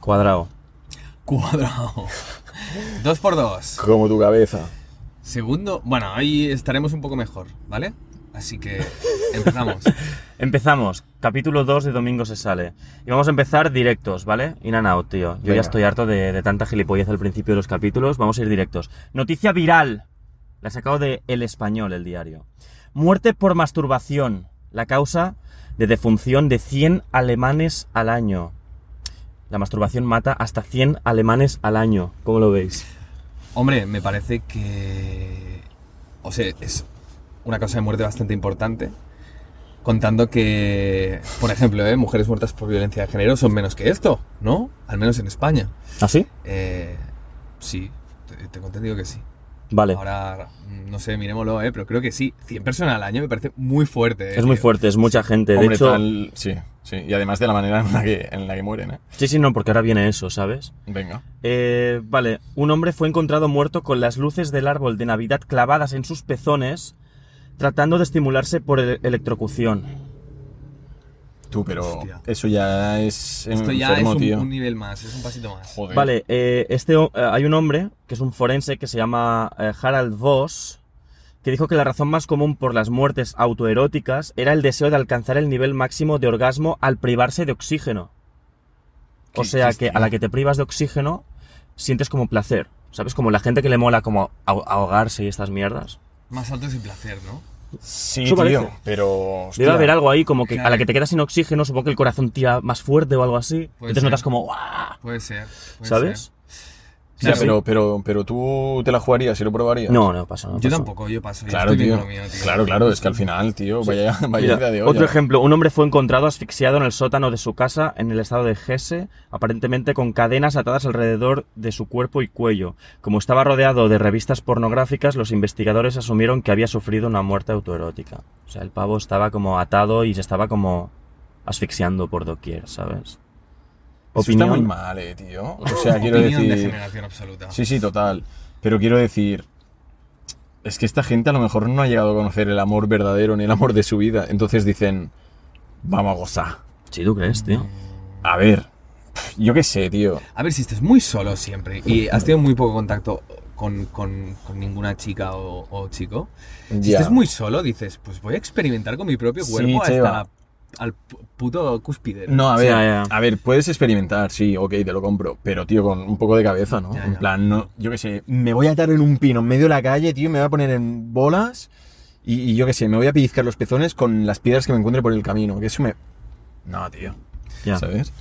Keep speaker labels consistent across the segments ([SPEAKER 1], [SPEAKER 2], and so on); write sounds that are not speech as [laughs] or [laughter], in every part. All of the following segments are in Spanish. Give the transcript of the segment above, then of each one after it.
[SPEAKER 1] Cuadrado.
[SPEAKER 2] Cuadrado. dos por dos.
[SPEAKER 3] Como tu cabeza.
[SPEAKER 2] Segundo. Bueno, ahí estaremos un poco mejor, ¿vale? Así que empezamos.
[SPEAKER 1] Empezamos. Capítulo 2 de Domingo se sale. Y vamos a empezar directos, ¿vale? In and out, tío. Yo ya
[SPEAKER 3] Venga.
[SPEAKER 1] estoy harto de, de tanta gilipollez al principio de los capítulos. Vamos a ir directos. Noticia viral. La he sacado de El Español, el diario. Muerte por masturbación. La causa de defunción de 100 alemanes al año. La masturbación mata hasta 100 alemanes al año. ¿Cómo lo veis?
[SPEAKER 2] Hombre, me parece que. O sea, es una causa de muerte bastante importante. Contando que, por ejemplo, ¿eh? mujeres muertas por violencia de género son menos que esto, ¿no? Al menos en España.
[SPEAKER 1] ¿Así?
[SPEAKER 2] Eh, sí, te- tengo entendido que sí.
[SPEAKER 1] vale.
[SPEAKER 2] Ahora, mm, no sé, miremoslo, ¿eh? pero creo que sí. 100 personas al año me parece muy fuerte. ¿eh,
[SPEAKER 1] es muy
[SPEAKER 2] tío?
[SPEAKER 1] fuerte, es mucha gente. de
[SPEAKER 3] Hombre,
[SPEAKER 1] hecho,
[SPEAKER 3] tal- Sí, sí. Y además de la manera en la que, en la que mueren, ¿eh?
[SPEAKER 1] sí, sí, no, porque ahora viene eso, ¿sabes?
[SPEAKER 3] Venga.
[SPEAKER 1] Eh, vale, un hombre fue encontrado muerto con las luces del árbol de Navidad clavadas en sus pezones, tratando de estimularse por ele- electrocución.
[SPEAKER 3] Tú, pero
[SPEAKER 2] Hostia.
[SPEAKER 3] eso ya es
[SPEAKER 2] Esto ya
[SPEAKER 3] enfermo,
[SPEAKER 2] es un,
[SPEAKER 3] tío.
[SPEAKER 2] un nivel más, es un pasito más.
[SPEAKER 3] Mm, Joder.
[SPEAKER 1] Vale, eh, este, ho- eh, hay un hombre que es un forense que se llama eh, Harald Voss, que dijo que la razón más común por las muertes autoeróticas era el deseo de alcanzar el nivel máximo de orgasmo al privarse de oxígeno. O
[SPEAKER 3] Qué
[SPEAKER 1] sea que
[SPEAKER 3] hostia.
[SPEAKER 1] a la que te privas de oxígeno sientes como placer. ¿Sabes? Como la gente que le mola como ahog- ahogarse y estas mierdas.
[SPEAKER 2] Más alto es el placer, ¿no?
[SPEAKER 3] Sí,
[SPEAKER 1] Eso
[SPEAKER 3] tío,
[SPEAKER 1] parece.
[SPEAKER 3] pero...
[SPEAKER 1] Pues Debe
[SPEAKER 3] hostia.
[SPEAKER 1] haber algo ahí, como que a la
[SPEAKER 2] Claro.
[SPEAKER 1] que te quedas sin oxígeno, supongo que el corazón tira más fuerte o algo así.
[SPEAKER 2] Puede
[SPEAKER 1] Entonces
[SPEAKER 2] ser.
[SPEAKER 1] notas como, ¡guau!
[SPEAKER 2] Puede ser. puede
[SPEAKER 1] ¿Sabes?
[SPEAKER 2] ser.
[SPEAKER 3] Ya,
[SPEAKER 2] Claro.
[SPEAKER 3] pero, pero, pero tú te la jugarías y lo probarías.
[SPEAKER 1] No, no pasa, no
[SPEAKER 2] Yo
[SPEAKER 1] pasa.
[SPEAKER 2] tampoco, yo paso. yo
[SPEAKER 3] pues, Claro,
[SPEAKER 2] estoy bien
[SPEAKER 3] tío.
[SPEAKER 2] con lo mío, tío.
[SPEAKER 3] Claro, claro, es que al final, tío, vaya, vaya
[SPEAKER 1] Mira,
[SPEAKER 3] idea de olla.
[SPEAKER 1] otro ejemplo, un hombre fue encontrado asfixiado en el sótano de su casa en el estado de Hesse, aparentemente con cadenas atadas alrededor de su cuerpo y cuello. Como estaba rodeado de revistas pornográficas, los investigadores asumieron que había sufrido una muerte autoerótica. O sea, el pavo estaba como atado y se estaba como asfixiando por doquier, ¿sabes?
[SPEAKER 3] Eso está muy
[SPEAKER 1] Opinión.
[SPEAKER 3] mal, eh, tío. O sea, quiero
[SPEAKER 2] Opinión de
[SPEAKER 3] decir...
[SPEAKER 2] generación absoluta.
[SPEAKER 3] Sí, sí, total. Pero quiero decir, es que esta gente a lo mejor no ha llegado a conocer el amor verdadero ni el amor de su vida. Entonces dicen, vamos a gozar.
[SPEAKER 1] Sí, ¿tú crees,
[SPEAKER 3] Mm.
[SPEAKER 1] tío?
[SPEAKER 3] A ver, pf, yo qué sé, tío.
[SPEAKER 2] A ver, si estás muy solo siempre y has tenido muy poco contacto con, con- con ninguna chica o, o chico, si
[SPEAKER 3] Ya.
[SPEAKER 2] estás muy solo, dices, pues voy a experimentar con mi propio
[SPEAKER 3] Sí,
[SPEAKER 2] cuerpo hasta
[SPEAKER 3] Cheva.
[SPEAKER 2] la- al pu- puto cúspide.
[SPEAKER 3] No, a
[SPEAKER 1] Sí,
[SPEAKER 3] ver,
[SPEAKER 1] ya, ya.
[SPEAKER 3] a ver, puedes experimentar, sí, ok, te lo compro, pero tío, con un poco de cabeza, ¿no?
[SPEAKER 2] Ya,
[SPEAKER 3] En
[SPEAKER 2] ya.
[SPEAKER 3] plan, no, yo qué sé, me voy a atar en un pino en medio de la calle, tío, me voy a poner en bolas y, y yo qué sé, me voy a pellizcar los pezones con las piedras que me encuentre por el camino, que eso me... No, tío,
[SPEAKER 1] Ya.
[SPEAKER 3] ¿sabes?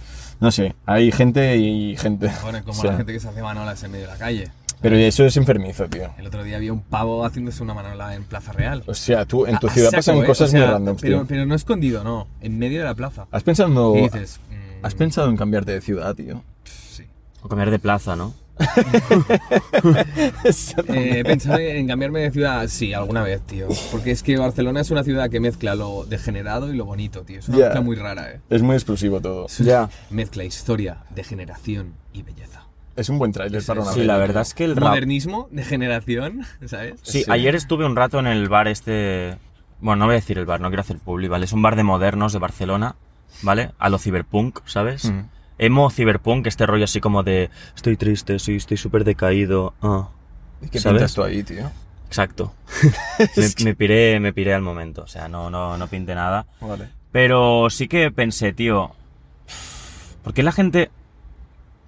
[SPEAKER 3] No sé, hay gente y gente.
[SPEAKER 2] Bueno, como
[SPEAKER 3] [laughs] O sea,
[SPEAKER 2] la gente que se hace manolas en medio de la calle.
[SPEAKER 3] Pero eso es enfermizo, tío.
[SPEAKER 2] El otro día había un pavo haciéndose una manola en Plaza Real.
[SPEAKER 3] O sea, tú, en tu
[SPEAKER 2] A- a
[SPEAKER 3] ciudad
[SPEAKER 2] saco,
[SPEAKER 3] pasan
[SPEAKER 2] ¿eh?
[SPEAKER 3] cosas
[SPEAKER 2] O sea,
[SPEAKER 3] muy randoms,
[SPEAKER 2] pero,
[SPEAKER 3] tío.
[SPEAKER 2] pero no escondido, no. En medio de la plaza.
[SPEAKER 3] ¿Has pensado,
[SPEAKER 2] Y dices, mm,
[SPEAKER 3] ¿Has pensado en cambiarte de ciudad, tío? [laughs]
[SPEAKER 2] sí.
[SPEAKER 1] O cambiar de plaza, ¿no?
[SPEAKER 2] Eh, he pensado en cambiarme de ciudad, sí, alguna vez, tío. Porque es que Barcelona es una ciudad que mezcla lo degenerado y lo bonito, tío. Es una
[SPEAKER 3] Ya.
[SPEAKER 2] mezcla muy rara, ¿eh?
[SPEAKER 3] Es muy explosivo todo.
[SPEAKER 2] Es una Mezcla historia, degeneración y belleza.
[SPEAKER 3] Es un buen trailer para una
[SPEAKER 1] Sí,
[SPEAKER 3] peli,
[SPEAKER 1] la
[SPEAKER 3] tío.
[SPEAKER 1] verdad es que el rap...
[SPEAKER 2] Modernismo, degeneración, [laughs] ¿sabes?
[SPEAKER 1] Sí,
[SPEAKER 3] Sí.
[SPEAKER 1] ayer estuve un rato en el bar este... Bueno, no voy a decir el bar, no quiero hacer publi, ¿vale? Es un bar de modernos de Barcelona, ¿vale? A lo ciberpunk, ¿sabes?
[SPEAKER 3] Mm.
[SPEAKER 1] Emo ciberpunk, este rollo así como de... Estoy triste, sí, estoy súper decaído. ah".
[SPEAKER 3] ¿Y ¿Qué
[SPEAKER 1] ¿Sabes?
[SPEAKER 3] pintas tú ahí, tío?
[SPEAKER 1] Exacto. me, me piré, me piré al momento, o sea, no, no, no pinte nada.
[SPEAKER 3] Vale.
[SPEAKER 1] Pero sí que pensé, tío, ¿por qué la gente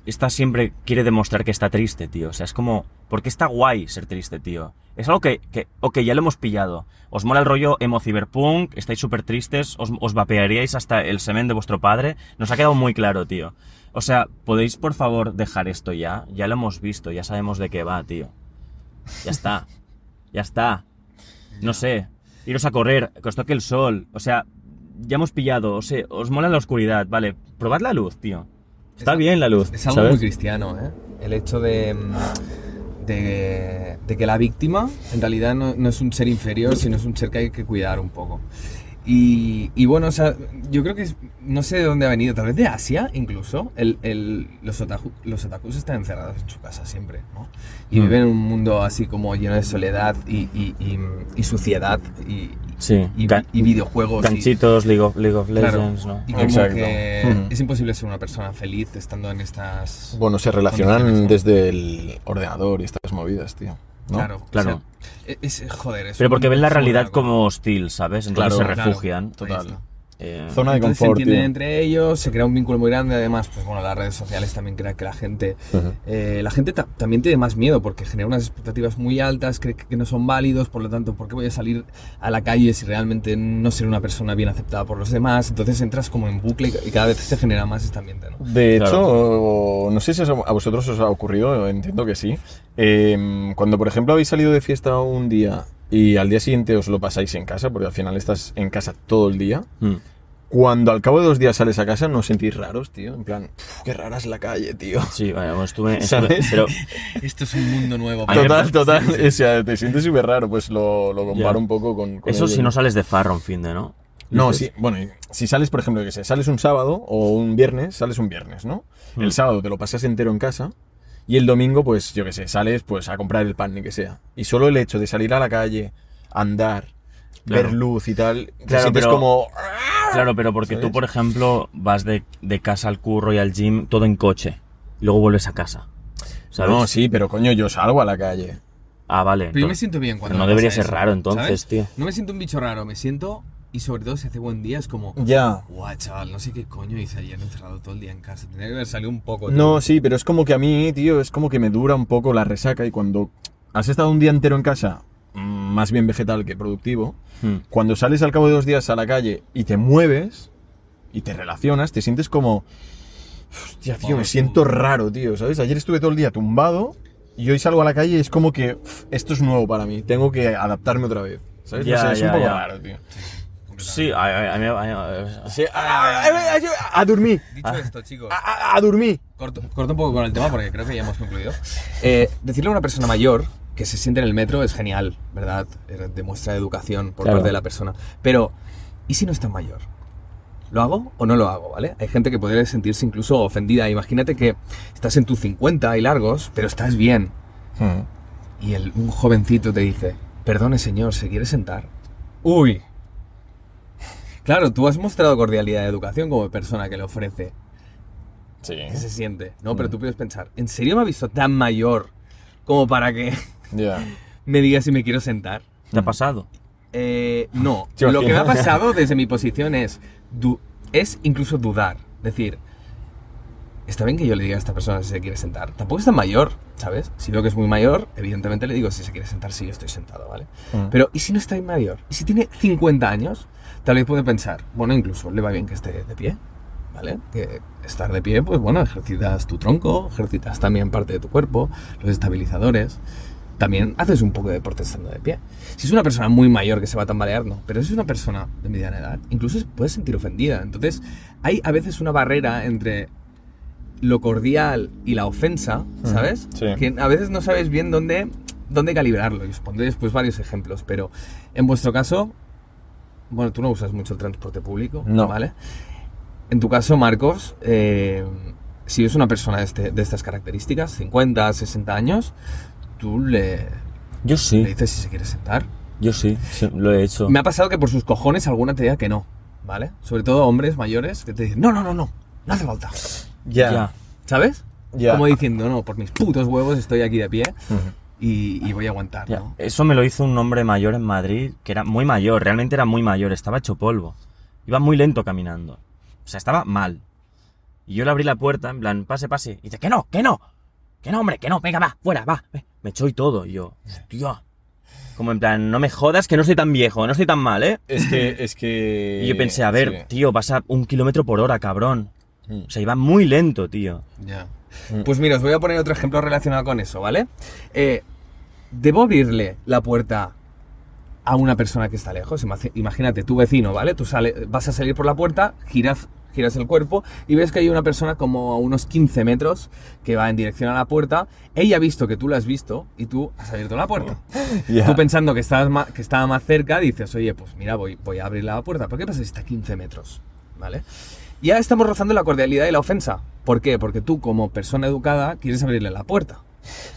[SPEAKER 1] está siempre quiere demostrar que está triste, tío? O sea, es como, ¿por qué está guay ser triste, tío? Es algo que, que ok, ya lo hemos pillado. Os mola el rollo emo cyberpunk, estáis súper tristes, os, os vapearíais hasta el semen de vuestro padre. Nos ha quedado muy claro, tío. O sea, ¿podéis por favor dejar esto ya? Ya lo hemos visto, ya sabemos de qué va, tío. Ya está. ya está. No sé. Iros a correr, que os toque el sol. O sea, ya hemos pillado. O sea, os mola la oscuridad, vale. Probad la luz, tío. Está
[SPEAKER 2] Es-
[SPEAKER 1] bien la luz.
[SPEAKER 2] Es algo
[SPEAKER 1] ¿sabes?
[SPEAKER 2] muy cristiano, ¿eh? El hecho de, mm, de, de que la víctima en realidad no, no es un ser inferior, sino es un ser que hay que cuidar un poco. Y, y bueno, o sea, yo creo que es- no sé de dónde ha venido, tal vez de Asia incluso. El, el- los, otaku- los otakus están encerrados en su casa siempre, ¿no? Y
[SPEAKER 1] Mm.
[SPEAKER 2] viven en un mundo así como lleno de soledad y, y- y- y suciedad y,
[SPEAKER 1] Sí.
[SPEAKER 2] y,
[SPEAKER 1] Can-
[SPEAKER 2] y videojuegos. y,
[SPEAKER 1] Ganchitos, League of, League of
[SPEAKER 2] Claro.
[SPEAKER 1] Legends, ¿no?
[SPEAKER 2] y como
[SPEAKER 3] Exacto.
[SPEAKER 2] que [laughs]
[SPEAKER 3] Ujú.
[SPEAKER 2] es imposible ser una persona feliz estando en estas...
[SPEAKER 3] Bueno, se relacionan
[SPEAKER 2] Condiciones, ¿no?
[SPEAKER 3] desde el ordenador y estas movidas, tío. ¿no?
[SPEAKER 2] Claro, o
[SPEAKER 1] Claro.
[SPEAKER 2] sea, e-, es, es- joder, es
[SPEAKER 1] Pero
[SPEAKER 2] un-
[SPEAKER 1] porque ven la
[SPEAKER 2] es una
[SPEAKER 1] realidad
[SPEAKER 2] cosa.
[SPEAKER 1] como hostil, ¿sabes? Entonces
[SPEAKER 3] Claro,
[SPEAKER 1] se
[SPEAKER 2] claro.
[SPEAKER 1] refugian.
[SPEAKER 2] Ahí
[SPEAKER 3] Total.
[SPEAKER 2] está.
[SPEAKER 1] Eh,
[SPEAKER 3] Zona de
[SPEAKER 2] Entonces se
[SPEAKER 3] confort,
[SPEAKER 2] entienden
[SPEAKER 3] tío.
[SPEAKER 2] entre ellos, se crea un vínculo muy grande. Además, pues bueno, las redes sociales también crean que la gente.
[SPEAKER 3] Ujú.
[SPEAKER 2] eh, la gente ta- también tiene más miedo porque genera unas expectativas muy altas, cree que, que no son válidos, por lo tanto, ¿por qué voy a salir a la calle si realmente no seré una persona bien aceptada por los demás? Entonces entras como en bucle y, y cada vez se genera más este ambiente, ¿no?
[SPEAKER 3] De
[SPEAKER 1] Claro.
[SPEAKER 3] hecho, o- no sé si eso a vosotros os ha ocurrido, entiendo que sí. Eh, cuando, por ejemplo, habéis salido de fiesta un día y al día siguiente os lo pasáis en casa, porque al final estás en casa todo el día,
[SPEAKER 1] mm.
[SPEAKER 3] cuando al cabo de dos días sales a casa no os sentís raros, tío. En plan, "Uf, qué rara es la calle, tío.
[SPEAKER 1] Sí, bueno, bueno, estuve, estuve-
[SPEAKER 3] ¿Sabes?
[SPEAKER 2] [laughs]
[SPEAKER 1] pero
[SPEAKER 2] Esto es un mundo nuevo.
[SPEAKER 1] A mí me
[SPEAKER 3] Total, total. O sea, te sientes súper raro, pues lo, lo comparo
[SPEAKER 1] Ya.
[SPEAKER 3] un poco con... con
[SPEAKER 1] eso
[SPEAKER 3] el-
[SPEAKER 1] si no sales de farro un fin de, ¿no?
[SPEAKER 3] No,
[SPEAKER 1] Dices,
[SPEAKER 3] sí, bueno, y si sales, por ejemplo, yo que sé, sales un sábado o un viernes, sales un viernes, ¿no?
[SPEAKER 1] Mm.
[SPEAKER 3] El sábado te lo pasas entero en casa y el domingo, pues, yo que sé, sales pues a comprar el pan, ni que sea. Y solo el hecho de salir a la calle, andar,
[SPEAKER 1] Claro.
[SPEAKER 3] ver luz y tal, te
[SPEAKER 1] Claro,
[SPEAKER 3] sientes
[SPEAKER 1] pero-
[SPEAKER 3] como...
[SPEAKER 1] Claro, pero porque tú,
[SPEAKER 3] ¿Sabes?
[SPEAKER 1] por ejemplo, vas de, de casa al curro y al gym todo en coche. Y luego vuelves a casa. ¿Sabes?
[SPEAKER 3] No, sí, pero coño, yo salgo a la calle.
[SPEAKER 1] Ah, vale.
[SPEAKER 2] Pero yo me
[SPEAKER 1] entonces-
[SPEAKER 2] siento bien cuando.
[SPEAKER 1] Pero no
[SPEAKER 2] me
[SPEAKER 1] debería
[SPEAKER 2] pasa
[SPEAKER 1] ser
[SPEAKER 2] eso,
[SPEAKER 1] raro, entonces,
[SPEAKER 2] ¿sabes?
[SPEAKER 1] tío.
[SPEAKER 2] No me siento un bicho raro, me siento. Y sobre todo, si hace buen día, es como.
[SPEAKER 3] Ya.
[SPEAKER 2] Guau, chaval, no sé qué coño hice ayer encerrado todo el día en casa. Tendría que haber salido un poco. tío.
[SPEAKER 3] No, sí, pero es como que a mí, tío, es como que me dura un poco la resaca y cuando has estado un día entero en casa, mm, más bien vegetal que productivo,
[SPEAKER 1] Mm.
[SPEAKER 3] cuando sales al cabo de dos días a la calle y te mueves y te relacionas, te sientes como. Hostia, tío, me
[SPEAKER 2] Vamos,
[SPEAKER 3] siento
[SPEAKER 2] tú.
[SPEAKER 3] raro, tío, ¿sabes? Ayer estuve todo el día tumbado y hoy salgo a la calle y es como que "Uf, esto es nuevo para mí, tengo que adaptarme otra vez, ¿sabes? No
[SPEAKER 1] Ya,
[SPEAKER 3] sé, es un
[SPEAKER 1] ya,
[SPEAKER 3] poco
[SPEAKER 1] ya.
[SPEAKER 3] raro, tío.
[SPEAKER 1] Sí, a, a- a mí- a- a-
[SPEAKER 3] Sí, ah, a, a- a- eh, a- a dormir,
[SPEAKER 2] Dicho
[SPEAKER 1] Ah.
[SPEAKER 2] esto, chicos,
[SPEAKER 3] a, a- a dormir.
[SPEAKER 2] corto, corto un poco con el tema porque creo que ya
[SPEAKER 1] [laughs]
[SPEAKER 2] hemos concluido. Eh, decirle a una persona mayor que se siente en el metro es genial, ¿verdad? Eh, Demuestra educación por
[SPEAKER 1] Claro.
[SPEAKER 2] parte de la persona. Pero, ¿y si no es tan mayor? ¿Lo hago o no lo hago, vale? Hay gente que podría sentirse incluso ofendida. Imagínate que estás en tus 50 y largos, pero estás bien.
[SPEAKER 3] Hmm.
[SPEAKER 2] Y el, un jovencito te dice, perdone señor, ¿se quiere sentar? Uy. Claro, tú has mostrado cordialidad de educación como persona que le ofrece.
[SPEAKER 3] Sí,
[SPEAKER 2] ¿Qué se siente? No,
[SPEAKER 3] Mm.
[SPEAKER 2] pero tú puedes pensar, ¿en serio me ha visto tan mayor como para que [laughs]
[SPEAKER 3] ya.
[SPEAKER 2] me diga si me quiero sentar?
[SPEAKER 1] ¿Te ha pasado?
[SPEAKER 2] Eh, no,
[SPEAKER 3] Sí,
[SPEAKER 2] lo que me ha
[SPEAKER 3] imagina.
[SPEAKER 2] pasado desde mi posición es, du- es incluso dudar. Decir, está bien que yo le diga a esta persona si se quiere sentar. Tampoco es tan mayor, ¿sabes? Si veo que es muy mayor, evidentemente le digo si se quiere sentar, si yo estoy sentado, ¿vale?
[SPEAKER 3] Hmm. Mm.
[SPEAKER 2] Pero, ¿y si no está mayor? ¿Y si tiene 50 años? Tal vez puede pensar, bueno, incluso le va bien que esté de pie, ¿vale? Que estar de pie, pues bueno, ejercitas tu tronco, ejercitas también parte de tu cuerpo, los estabilizadores. También haces un poco de deporte estando de pie. Si es una persona muy mayor que se va a tambalear, no. Pero si es una persona de mediana edad, incluso se puede sentir ofendida. Entonces, hay a veces una barrera entre lo cordial y la ofensa, ¿sabes?
[SPEAKER 3] sí.
[SPEAKER 2] Que a veces no sabes bien dónde, dónde calibrarlo. Y os pondré después varios ejemplos. Pero en vuestro caso, bueno, tú no usas mucho el transporte público,
[SPEAKER 3] No.
[SPEAKER 2] ¿vale? En tu caso, Marcos, eh, si es una persona de, este- de estas características, 50, 60 años, tú le,
[SPEAKER 1] Yo
[SPEAKER 2] le
[SPEAKER 1] sí,
[SPEAKER 2] dices si se quiere sentar.
[SPEAKER 1] yo sí, sí, lo he hecho.
[SPEAKER 2] Me ha pasado que por sus cojones alguna te diga que no, ¿vale? Sobre todo hombres mayores que te dicen, no, no, no, no, no hace falta.
[SPEAKER 3] Ya.
[SPEAKER 1] Ya.
[SPEAKER 2] ¿Sabes?
[SPEAKER 3] Ya.
[SPEAKER 2] Como diciendo, no, por mis putos huevos estoy aquí de pie
[SPEAKER 3] Ujú.
[SPEAKER 2] y, y voy a aguantar,
[SPEAKER 1] Ya,
[SPEAKER 2] ¿no?
[SPEAKER 1] Eso me lo hizo un hombre mayor en Madrid, que era muy mayor, realmente era muy mayor, estaba hecho polvo. Iba muy lento caminando. O sea, estaba mal. Y yo le abrí la puerta, en plan, pase, pase. Y dice, que no, que no. Que no, hombre, que no, venga, va, fuera, va. ve". Me echó y todo. Y yo, hostia. Como en plan, no me jodas que no estoy tan viejo, no estoy tan mal, ¿eh?
[SPEAKER 3] Es que, es que...
[SPEAKER 1] Y yo pensé, a ver, tío, vas a un kilómetro por hora, cabrón.
[SPEAKER 3] sí. Mm.
[SPEAKER 1] O sea, iba muy lento, tío.
[SPEAKER 2] Ya.
[SPEAKER 3] Mm.
[SPEAKER 2] Pues mira, os voy a poner otro ejemplo relacionado con eso, ¿vale? Eh, Debo abrirle la puerta a una persona que está lejos. Ima- Imagínate, tu vecino, ¿vale? Tú sale, vas a salir por la puerta, giras, giras el cuerpo y ves que hay una persona como a unos 15 metros que va en dirección a la puerta. Ella ha visto que tú la has visto y tú has abierto la puerta.
[SPEAKER 3] Ya.
[SPEAKER 2] Tú pensando que, estabas ma- que estaba más cerca, dices, oye, pues mira, voy, voy a abrir la puerta. ¿Pero qué pasa si está a 15 metros? ¿Vale? Ya estamos rozando la cordialidad y la ofensa. ¿Por qué? Porque tú, como persona educada, quieres abrirle la puerta.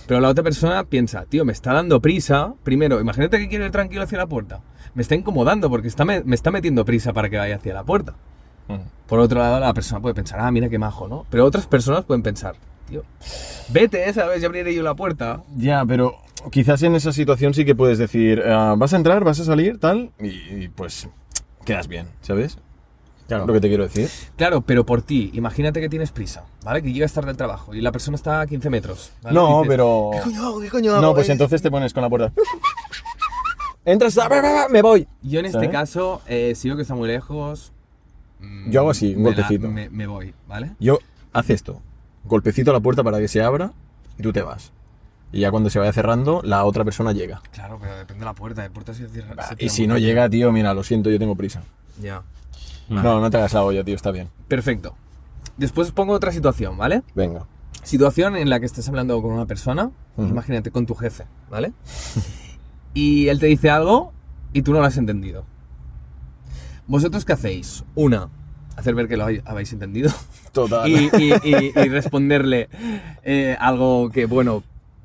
[SPEAKER 2] Pero la otra persona piensa, tío, me está dando prisa. Primero, imagínate que quiero ir tranquilo hacia la puerta. Me está incomodando porque está me, me está metiendo prisa para que vaya hacia la puerta. Por otro lado, la persona puede pensar, ah, mira qué majo, ¿no? Pero otras personas pueden pensar, tío, vete, ¿sabes? Ya abriré yo la puerta.
[SPEAKER 3] Ya, pero quizás en esa situación sí que puedes decir, ah, vas a entrar, vas a salir, tal, y, y, pues quedas bien, ¿sabes?
[SPEAKER 1] Claro.
[SPEAKER 3] Lo que te quiero decir.
[SPEAKER 2] Claro, pero por ti, imagínate que tienes prisa, ¿vale? Que llegas tarde al trabajo y la persona está a 15 metros. ¿vale?
[SPEAKER 3] No,
[SPEAKER 2] Dices,
[SPEAKER 3] pero...
[SPEAKER 2] ¿Qué coño hago? ¿Qué coño hago?
[SPEAKER 3] No, pues
[SPEAKER 2] Eh,
[SPEAKER 3] entonces te pones con la puerta. Entras, ah, bah, bah, bah, me voy.
[SPEAKER 2] Yo en este
[SPEAKER 3] ¿Sabes?
[SPEAKER 2] caso, eh, si veo que está muy lejos... mm,
[SPEAKER 3] Yo hago así, un
[SPEAKER 2] me la-
[SPEAKER 3] golpecito.
[SPEAKER 2] Me, me voy, ¿vale?
[SPEAKER 3] Yo, haz esto. Golpecito a la puerta para que se abra y tú te vas. Y ya cuando se vaya cerrando, la otra persona llega.
[SPEAKER 2] Claro, pero depende de la puerta. De puerta se cierra- se
[SPEAKER 3] Y
[SPEAKER 2] cierra
[SPEAKER 3] si
[SPEAKER 2] muy
[SPEAKER 3] no
[SPEAKER 2] bien.
[SPEAKER 3] llega, tío, mira, lo siento, yo tengo prisa.
[SPEAKER 2] Ya.
[SPEAKER 3] No, no te hagas la olla, tío, está bien.
[SPEAKER 2] Perfecto. Después pongo otra situación, ¿vale?
[SPEAKER 3] Venga.
[SPEAKER 2] Situación en la que estás hablando con una persona,
[SPEAKER 3] Ujú.
[SPEAKER 2] imagínate con tu jefe, ¿vale? [laughs] y él te dice algo y tú no lo has entendido. ¿Vosotros qué hacéis? Una, hacer ver que lo hay- habéis entendido
[SPEAKER 3] Total.
[SPEAKER 2] y, y- y- y responderle eh, algo que, bueno,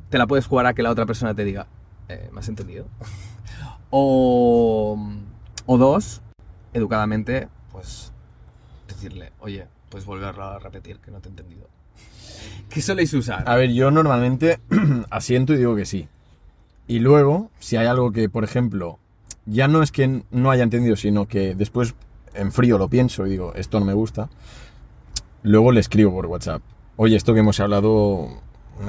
[SPEAKER 2] te la puedes jugar a que la otra persona te diga, eh, ¿me has entendido? [laughs] O, o dos, educadamente, pues decirle, oye, puedes volverlo a repetir, que no te he entendido. [laughs] ¿Qué soléis usar?
[SPEAKER 3] A ver, yo normalmente [clears throat] asiento y digo que sí. Y luego, si hay algo que, por ejemplo, ya no es que no haya entendido, sino que después en frío lo pienso y digo, esto no me gusta, luego le escribo por WhatsApp. Oye, esto que hemos hablado,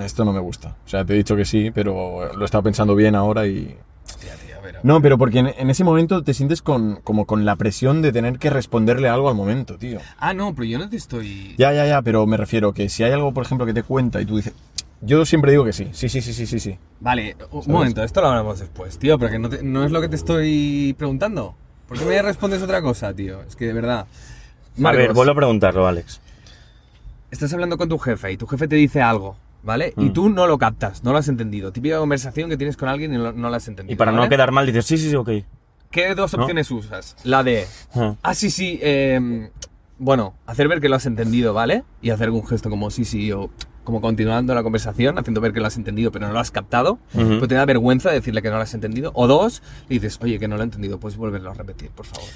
[SPEAKER 3] esto no me gusta. O sea, te he dicho que sí, pero lo he estado pensando bien ahora y...
[SPEAKER 2] Hostia, tío, a ver, a ver.
[SPEAKER 3] No, pero porque en, en ese momento te sientes con, como con la presión de tener que responderle algo al momento, tío.
[SPEAKER 2] Ah, no, pero yo no te estoy...
[SPEAKER 3] Ya, ya, ya, pero me refiero que si hay algo, por ejemplo, que te cuenta y tú dices... Yo siempre digo que sí, sí, sí, sí, sí, sí, sí.
[SPEAKER 2] Vale, un momento, esto lo hablamos después, tío, pero que no, te- no es lo que te estoy preguntando. ¿Por qué me respondes otra cosa, tío? Es que de verdad...
[SPEAKER 1] A ver,
[SPEAKER 2] Marcos.
[SPEAKER 1] vuelvo a preguntarlo, Alex.
[SPEAKER 2] estás hablando con tu jefe y tu jefe te dice algo, ¿vale? Y
[SPEAKER 1] Mm.
[SPEAKER 2] tú no lo captas, no lo has entendido. Típica conversación que tienes con alguien y no, no la has entendido.
[SPEAKER 1] Y para no
[SPEAKER 2] ¿vale?
[SPEAKER 1] quedar mal, dices, sí, sí, sí, ok.
[SPEAKER 2] ¿Qué dos
[SPEAKER 1] ¿No?
[SPEAKER 2] opciones usas? La de,
[SPEAKER 1] Ah.
[SPEAKER 2] ah, sí, sí, eh, bueno, hacer ver que lo has entendido, ¿vale? Y hacer un gesto como sí, sí, o como continuando la conversación, haciendo ver que lo has entendido pero no lo has captado.
[SPEAKER 1] Ujú.
[SPEAKER 2] Pues te da vergüenza decirle que no lo has entendido. O dos, le dices, oye, que no lo he entendido, puedes volverlo a repetir, por favor.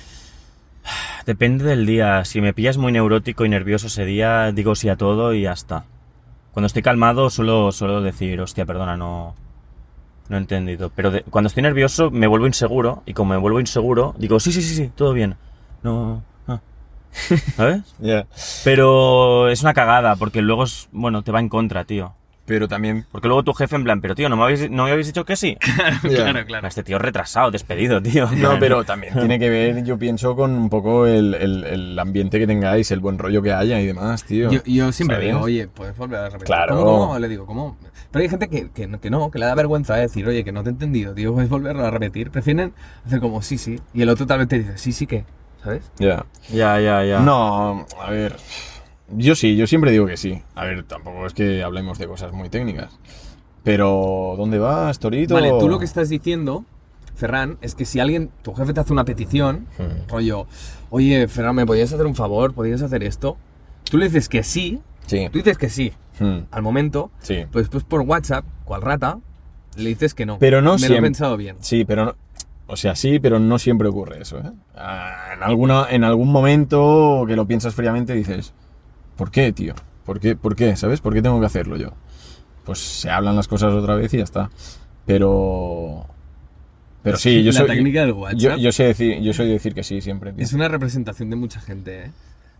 [SPEAKER 1] Depende del día. Si me pillas muy neurótico y nervioso ese día, digo sí a todo y ya está. Cuando estoy calmado suelo, suelo decir, hostia, perdona, no, no he entendido. Pero de- cuando estoy nervioso me vuelvo inseguro y como me vuelvo inseguro, digo sí, sí, sí, sí, todo bien. No...
[SPEAKER 3] [laughs]
[SPEAKER 1] ah". ¿Sabes?
[SPEAKER 3] Ya.
[SPEAKER 1] Pero es una cagada porque luego, es, bueno, te va en contra, tío.
[SPEAKER 3] Pero también.
[SPEAKER 1] Porque luego tu jefe en plan, pero tío, ¿no me habéis, no me habéis dicho que sí?
[SPEAKER 2] [laughs] Claro, claro.
[SPEAKER 1] Este tío es retrasado, despedido, tío.
[SPEAKER 3] No, pero también tiene que ver, yo pienso, con un poco el, el- el ambiente que tengáis, el buen rollo que haya y demás, tío.
[SPEAKER 2] Yo, yo siempre
[SPEAKER 3] ¿Sabes?
[SPEAKER 2] digo, oye, puedes volver a repetir.
[SPEAKER 3] Claro.
[SPEAKER 2] ¿Cómo, cómo? Le digo, ¿cómo? Pero hay gente que, que no- que no, que le da vergüenza decir, oye, que no te he entendido, tío, puedes volverlo a repetir. Prefieren hacer como, sí, sí. Y el otro tal vez te dice, sí, sí, ¿qué? ¿Sabes?
[SPEAKER 3] Ya.
[SPEAKER 1] Ya, ya, ya.
[SPEAKER 3] No, a ver. Yo sí, yo siempre digo que sí. A ver, tampoco es que hablemos de cosas muy técnicas. Pero, ¿dónde vas, Torito?
[SPEAKER 2] Vale, tú lo que estás diciendo, Ferran, es que si alguien, tu jefe te hace una petición,
[SPEAKER 3] Hmm.
[SPEAKER 2] rollo, oye, Ferran, ¿me podías hacer un favor? ¿Podías hacer esto? Tú le dices que sí,
[SPEAKER 3] Sí.
[SPEAKER 2] tú dices que sí
[SPEAKER 3] Hmm.
[SPEAKER 2] al momento,
[SPEAKER 3] Sí.
[SPEAKER 2] pues después por WhatsApp, cual rata, le dices que no.
[SPEAKER 3] Pero no
[SPEAKER 2] Me lo he
[SPEAKER 3] siempre.
[SPEAKER 2] pensado bien.
[SPEAKER 3] Sí, pero no- o sea, sí, pero no siempre ocurre eso, ¿eh? Ah, En, alguna, en algún momento que lo piensas fríamente dices, ¿por qué, tío? ¿Por qué, ¿Por qué? ¿Sabes? ¿Por qué tengo que hacerlo yo? Pues se hablan las cosas otra vez y ya está. Pero... Pero sí, yo
[SPEAKER 2] La
[SPEAKER 3] soy...
[SPEAKER 2] técnica del WhatsApp.
[SPEAKER 3] yo, yo sé decir, yo soy de decir que sí siempre. tío.
[SPEAKER 2] Es una representación de mucha gente, ¿eh?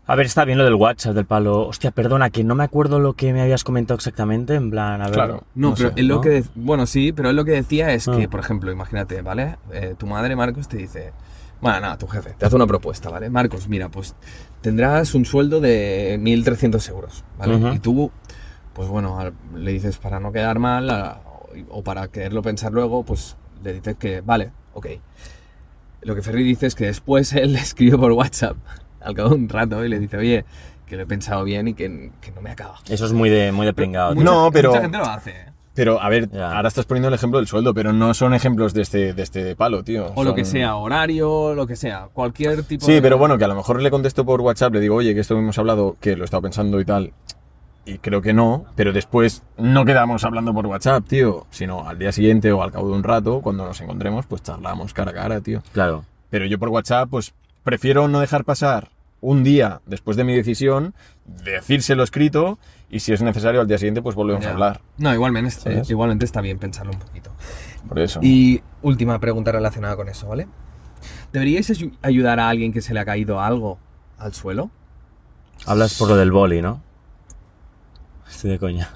[SPEAKER 1] A ver, está bien lo del WhatsApp, del palo. Hostia, perdona, que no me acuerdo lo que me habías comentado exactamente. En plan, a ver.
[SPEAKER 3] Claro.
[SPEAKER 2] No,
[SPEAKER 3] No
[SPEAKER 2] pero
[SPEAKER 3] sé,
[SPEAKER 2] él lo
[SPEAKER 1] ¿no?
[SPEAKER 2] que... de- Bueno, sí, pero él lo que decía es
[SPEAKER 1] Ah.
[SPEAKER 2] que, por ejemplo, imagínate, ¿vale? Eh, tu madre, Marcos, te dice... Bueno, nada, tu jefe, te hace una propuesta, ¿vale? Marcos, mira, pues tendrás un sueldo de 1.300 euros, ¿vale?
[SPEAKER 1] Ujú.
[SPEAKER 2] Y tú, pues bueno, al- le dices para no quedar mal a- o para quererlo pensar luego, pues le dices que, vale, ok. Lo que Ferri dice es que después [laughs] él le escribe por WhatsApp al cabo de un rato y le dice, oye, que lo he pensado bien y que, que no me acaba.
[SPEAKER 1] Eso es muy de, muy de pringado. tío.
[SPEAKER 2] Mucha-
[SPEAKER 3] No, pero-
[SPEAKER 2] Mucha gente lo hace, ¿eh?
[SPEAKER 3] Pero, a ver,
[SPEAKER 1] Ya.
[SPEAKER 3] ahora estás poniendo el ejemplo del sueldo, pero no son ejemplos de este, de este palo, tío.
[SPEAKER 2] O lo que
[SPEAKER 3] Son-
[SPEAKER 2] sea, horario, lo que sea, cualquier tipo
[SPEAKER 3] Sí,
[SPEAKER 2] de...
[SPEAKER 3] pero bueno, que a lo mejor le contesto por WhatsApp, le digo, oye, que esto hemos hablado, que lo he estado pensando y tal. y creo que no, pero después no quedamos hablando por WhatsApp, tío, sino al día siguiente o al cabo de un rato, cuando nos encontremos, pues charlamos cara a cara, tío.
[SPEAKER 1] Claro.
[SPEAKER 3] Pero yo por WhatsApp, pues prefiero no dejar pasar un día después de mi decisión, decírselo escrito y si es necesario al día siguiente, pues volvemos
[SPEAKER 2] Ya.
[SPEAKER 3] a hablar.
[SPEAKER 2] No, igualmente, eh,
[SPEAKER 3] ¿Sabes?
[SPEAKER 2] igualmente está bien pensarlo un poquito.
[SPEAKER 3] Por eso.
[SPEAKER 2] Y última pregunta relacionada con eso, ¿vale? ¿Deberíais ayu- ayudar a alguien que se le ha caído algo al suelo?
[SPEAKER 1] Hablas por lo del boli, ¿no? Estoy de coña.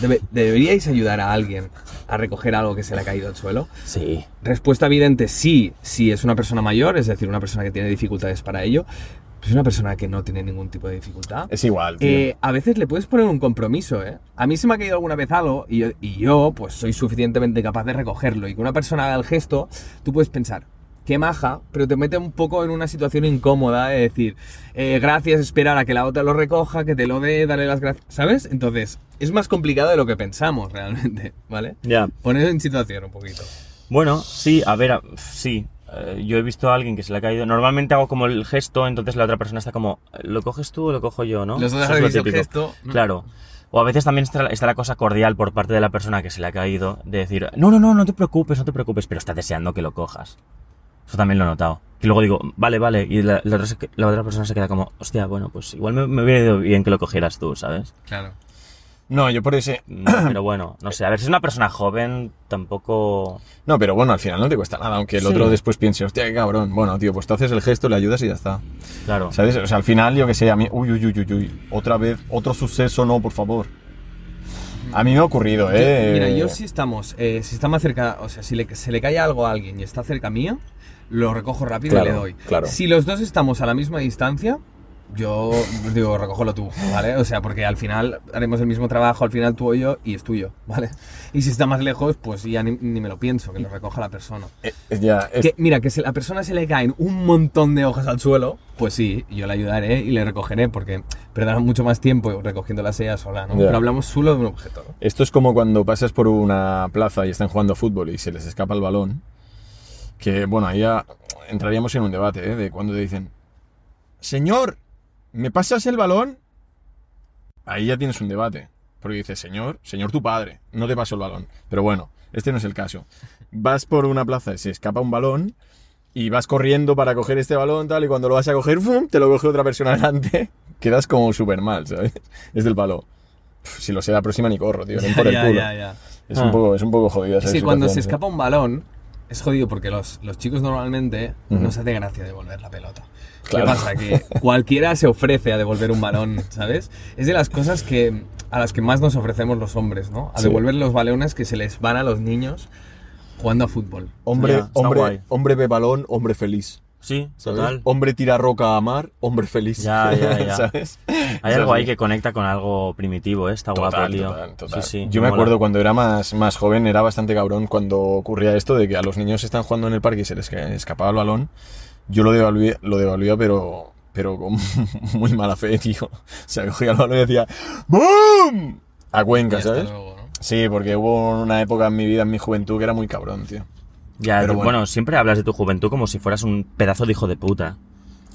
[SPEAKER 2] Debe- ¿Deberíais ayudar a alguien a recoger algo que se le ha caído al suelo?
[SPEAKER 1] Sí.
[SPEAKER 2] Respuesta evidente, sí, si es una persona mayor, es decir, una persona que tiene dificultades para ello. Pues una persona que no tiene ningún tipo de dificultad.
[SPEAKER 3] es igual, tío.
[SPEAKER 2] Eh, a veces le puedes poner un compromiso, ¿eh? A mí se me ha caído alguna vez algo y yo, y yo, pues soy suficientemente capaz de recogerlo y que una persona haga el gesto, tú puedes pensar, qué maja, pero te mete un poco en una situación incómoda de decir, eh, gracias, esperar a que la otra lo recoja, que te lo dé, darle las gracias, ¿sabes? Entonces, es más complicado de lo que pensamos realmente, [laughs] ¿vale?
[SPEAKER 1] Ya.
[SPEAKER 2] Poner en situación un poquito.
[SPEAKER 1] Bueno, sí, a ver, a- sí. Eh, yo he visto a alguien que se le ha caído. Normalmente hago como el gesto, entonces la otra persona está como, ¿lo coges tú o lo cojo yo, no?
[SPEAKER 2] Los
[SPEAKER 1] Eso
[SPEAKER 2] dos
[SPEAKER 1] es lo
[SPEAKER 2] habéis visto el
[SPEAKER 1] típico.
[SPEAKER 2] gesto.
[SPEAKER 1] Claro. O a veces también está, está la cosa cordial por parte de la persona que se le ha caído de decir, no, no, no, no te preocupes, no te preocupes, pero está deseando que lo cojas. Eso también lo he notado. Que luego digo, vale, vale, y la, la otra se que- la otra persona se queda como, hostia, bueno, pues igual me, me hubiera ido bien que lo cogieras tú, ¿sabes?
[SPEAKER 2] Claro.
[SPEAKER 3] No, yo por ese. [clears throat]
[SPEAKER 1] Mm, Pero bueno, no sé, a ver, si es una persona joven, tampoco...
[SPEAKER 3] No, pero bueno, al final no te cuesta nada, aunque el
[SPEAKER 1] Sí.
[SPEAKER 3] otro después piense, hostia, qué cabrón. Bueno, tío, pues tú haces el gesto, le ayudas y ya está.
[SPEAKER 1] Claro.
[SPEAKER 3] ¿Sabes? O sea, al final, yo que sé, a mí. Uy, uy, uy, uy, uy. Otra vez, otro suceso, no, por favor. A mí me ha ocurrido,
[SPEAKER 2] Yo-
[SPEAKER 3] ¿eh?
[SPEAKER 2] mira, yo si estamos, eh, si está más cerca, o sea, si le, se le cae algo a alguien y está cerca mía, lo recojo rápido y le
[SPEAKER 3] Claro,
[SPEAKER 2] doy.
[SPEAKER 3] claro.
[SPEAKER 2] Si los dos estamos a la misma distancia, yo digo, recógelo tú, ¿vale? O sea, porque al final haremos el mismo trabajo, al final tú o yo, y es tuyo, ¿vale? Y si está más lejos, pues ya ni, ni me lo pienso, que lo recoja la persona.
[SPEAKER 3] Eh, eh, ya, es-
[SPEAKER 2] Que, mira, que si a la persona se le caen un montón de hojas al suelo, pues sí, yo le ayudaré y le recogeré, porque perderá mucho más tiempo recogiéndolas ella sola, ¿no?
[SPEAKER 3] Ya.
[SPEAKER 2] Pero hablamos solo de un objeto, ¿no?
[SPEAKER 3] Esto es como cuando pasas por una plaza y están jugando fútbol y se les escapa el balón. Que bueno, ahí ya entraríamos en un debate, ¿eh? De cuando te dicen, Señor, ¿me pasas el balón? Ahí ya tienes un debate. Porque dices, Señor, Señor tu padre, no te paso el balón. Pero bueno, este no es el caso. Vas por una plaza, se escapa un balón y vas corriendo para coger este balón, tal, y cuando lo vas a coger, ¡fum! te lo coge otra persona delante. [laughs] Quedas como súper mal, ¿sabes? Es del palo. Pf, Si lo sé la próxima ni corro, tío. ven por
[SPEAKER 2] [laughs]
[SPEAKER 3] el
[SPEAKER 2] Ya,
[SPEAKER 3] culo.
[SPEAKER 2] ya, ya.
[SPEAKER 3] Es, un
[SPEAKER 1] Ah.
[SPEAKER 3] poco, es un poco jodida esa
[SPEAKER 2] Es que cuando se
[SPEAKER 3] situación, ¿eh?
[SPEAKER 2] escapa un balón, es jodido porque los, los chicos normalmente
[SPEAKER 3] Ujú.
[SPEAKER 2] nos hace gracia devolver la pelota.
[SPEAKER 3] Claro.
[SPEAKER 2] ¿Qué pasa?
[SPEAKER 3] [laughs]
[SPEAKER 2] Que cualquiera se ofrece a devolver un balón, ¿sabes? Es de las cosas que, a las que más nos ofrecemos los hombres, ¿no? A
[SPEAKER 3] Sí.
[SPEAKER 2] devolver los balones que se les van a los niños jugando a fútbol.
[SPEAKER 3] sí. Hombre,
[SPEAKER 1] Ya, está guay.
[SPEAKER 3] hombre, hombre ve balón, hombre feliz.
[SPEAKER 1] Sí,
[SPEAKER 3] ¿sabes? Oh,
[SPEAKER 1] total.
[SPEAKER 3] Hombre tira roca a mar, hombre feliz.
[SPEAKER 1] Ya, ya, ya.
[SPEAKER 3] [laughs] ¿Sabes?
[SPEAKER 1] Hay
[SPEAKER 3] Es
[SPEAKER 1] algo ahí
[SPEAKER 3] así.
[SPEAKER 1] que conecta con algo primitivo, ¿eh? está guapo,
[SPEAKER 3] Total,
[SPEAKER 1] tío.
[SPEAKER 3] total, total.
[SPEAKER 1] Sí, sí,
[SPEAKER 3] Yo me
[SPEAKER 1] mola.
[SPEAKER 3] acuerdo cuando era más, más joven, era bastante cabrón cuando ocurría esto de que a los niños están jugando en el parque y se les ca- escapaba el balón. Yo lo devalué, lo devalué pero, pero con [laughs] muy mala fe, tío. O sea, cogía el balón y decía ¡BOOM! A
[SPEAKER 2] Y
[SPEAKER 3] Cuenca,
[SPEAKER 2] hasta
[SPEAKER 3] ¿sabes?
[SPEAKER 2] luego, ¿no?
[SPEAKER 3] Sí, porque hubo una época en mi vida, en mi juventud, que era muy cabrón, tío.
[SPEAKER 1] Ya,
[SPEAKER 3] Pero
[SPEAKER 1] tú-
[SPEAKER 3] bueno.
[SPEAKER 1] bueno. siempre hablas de tu juventud como si fueras un pedazo de hijo de puta.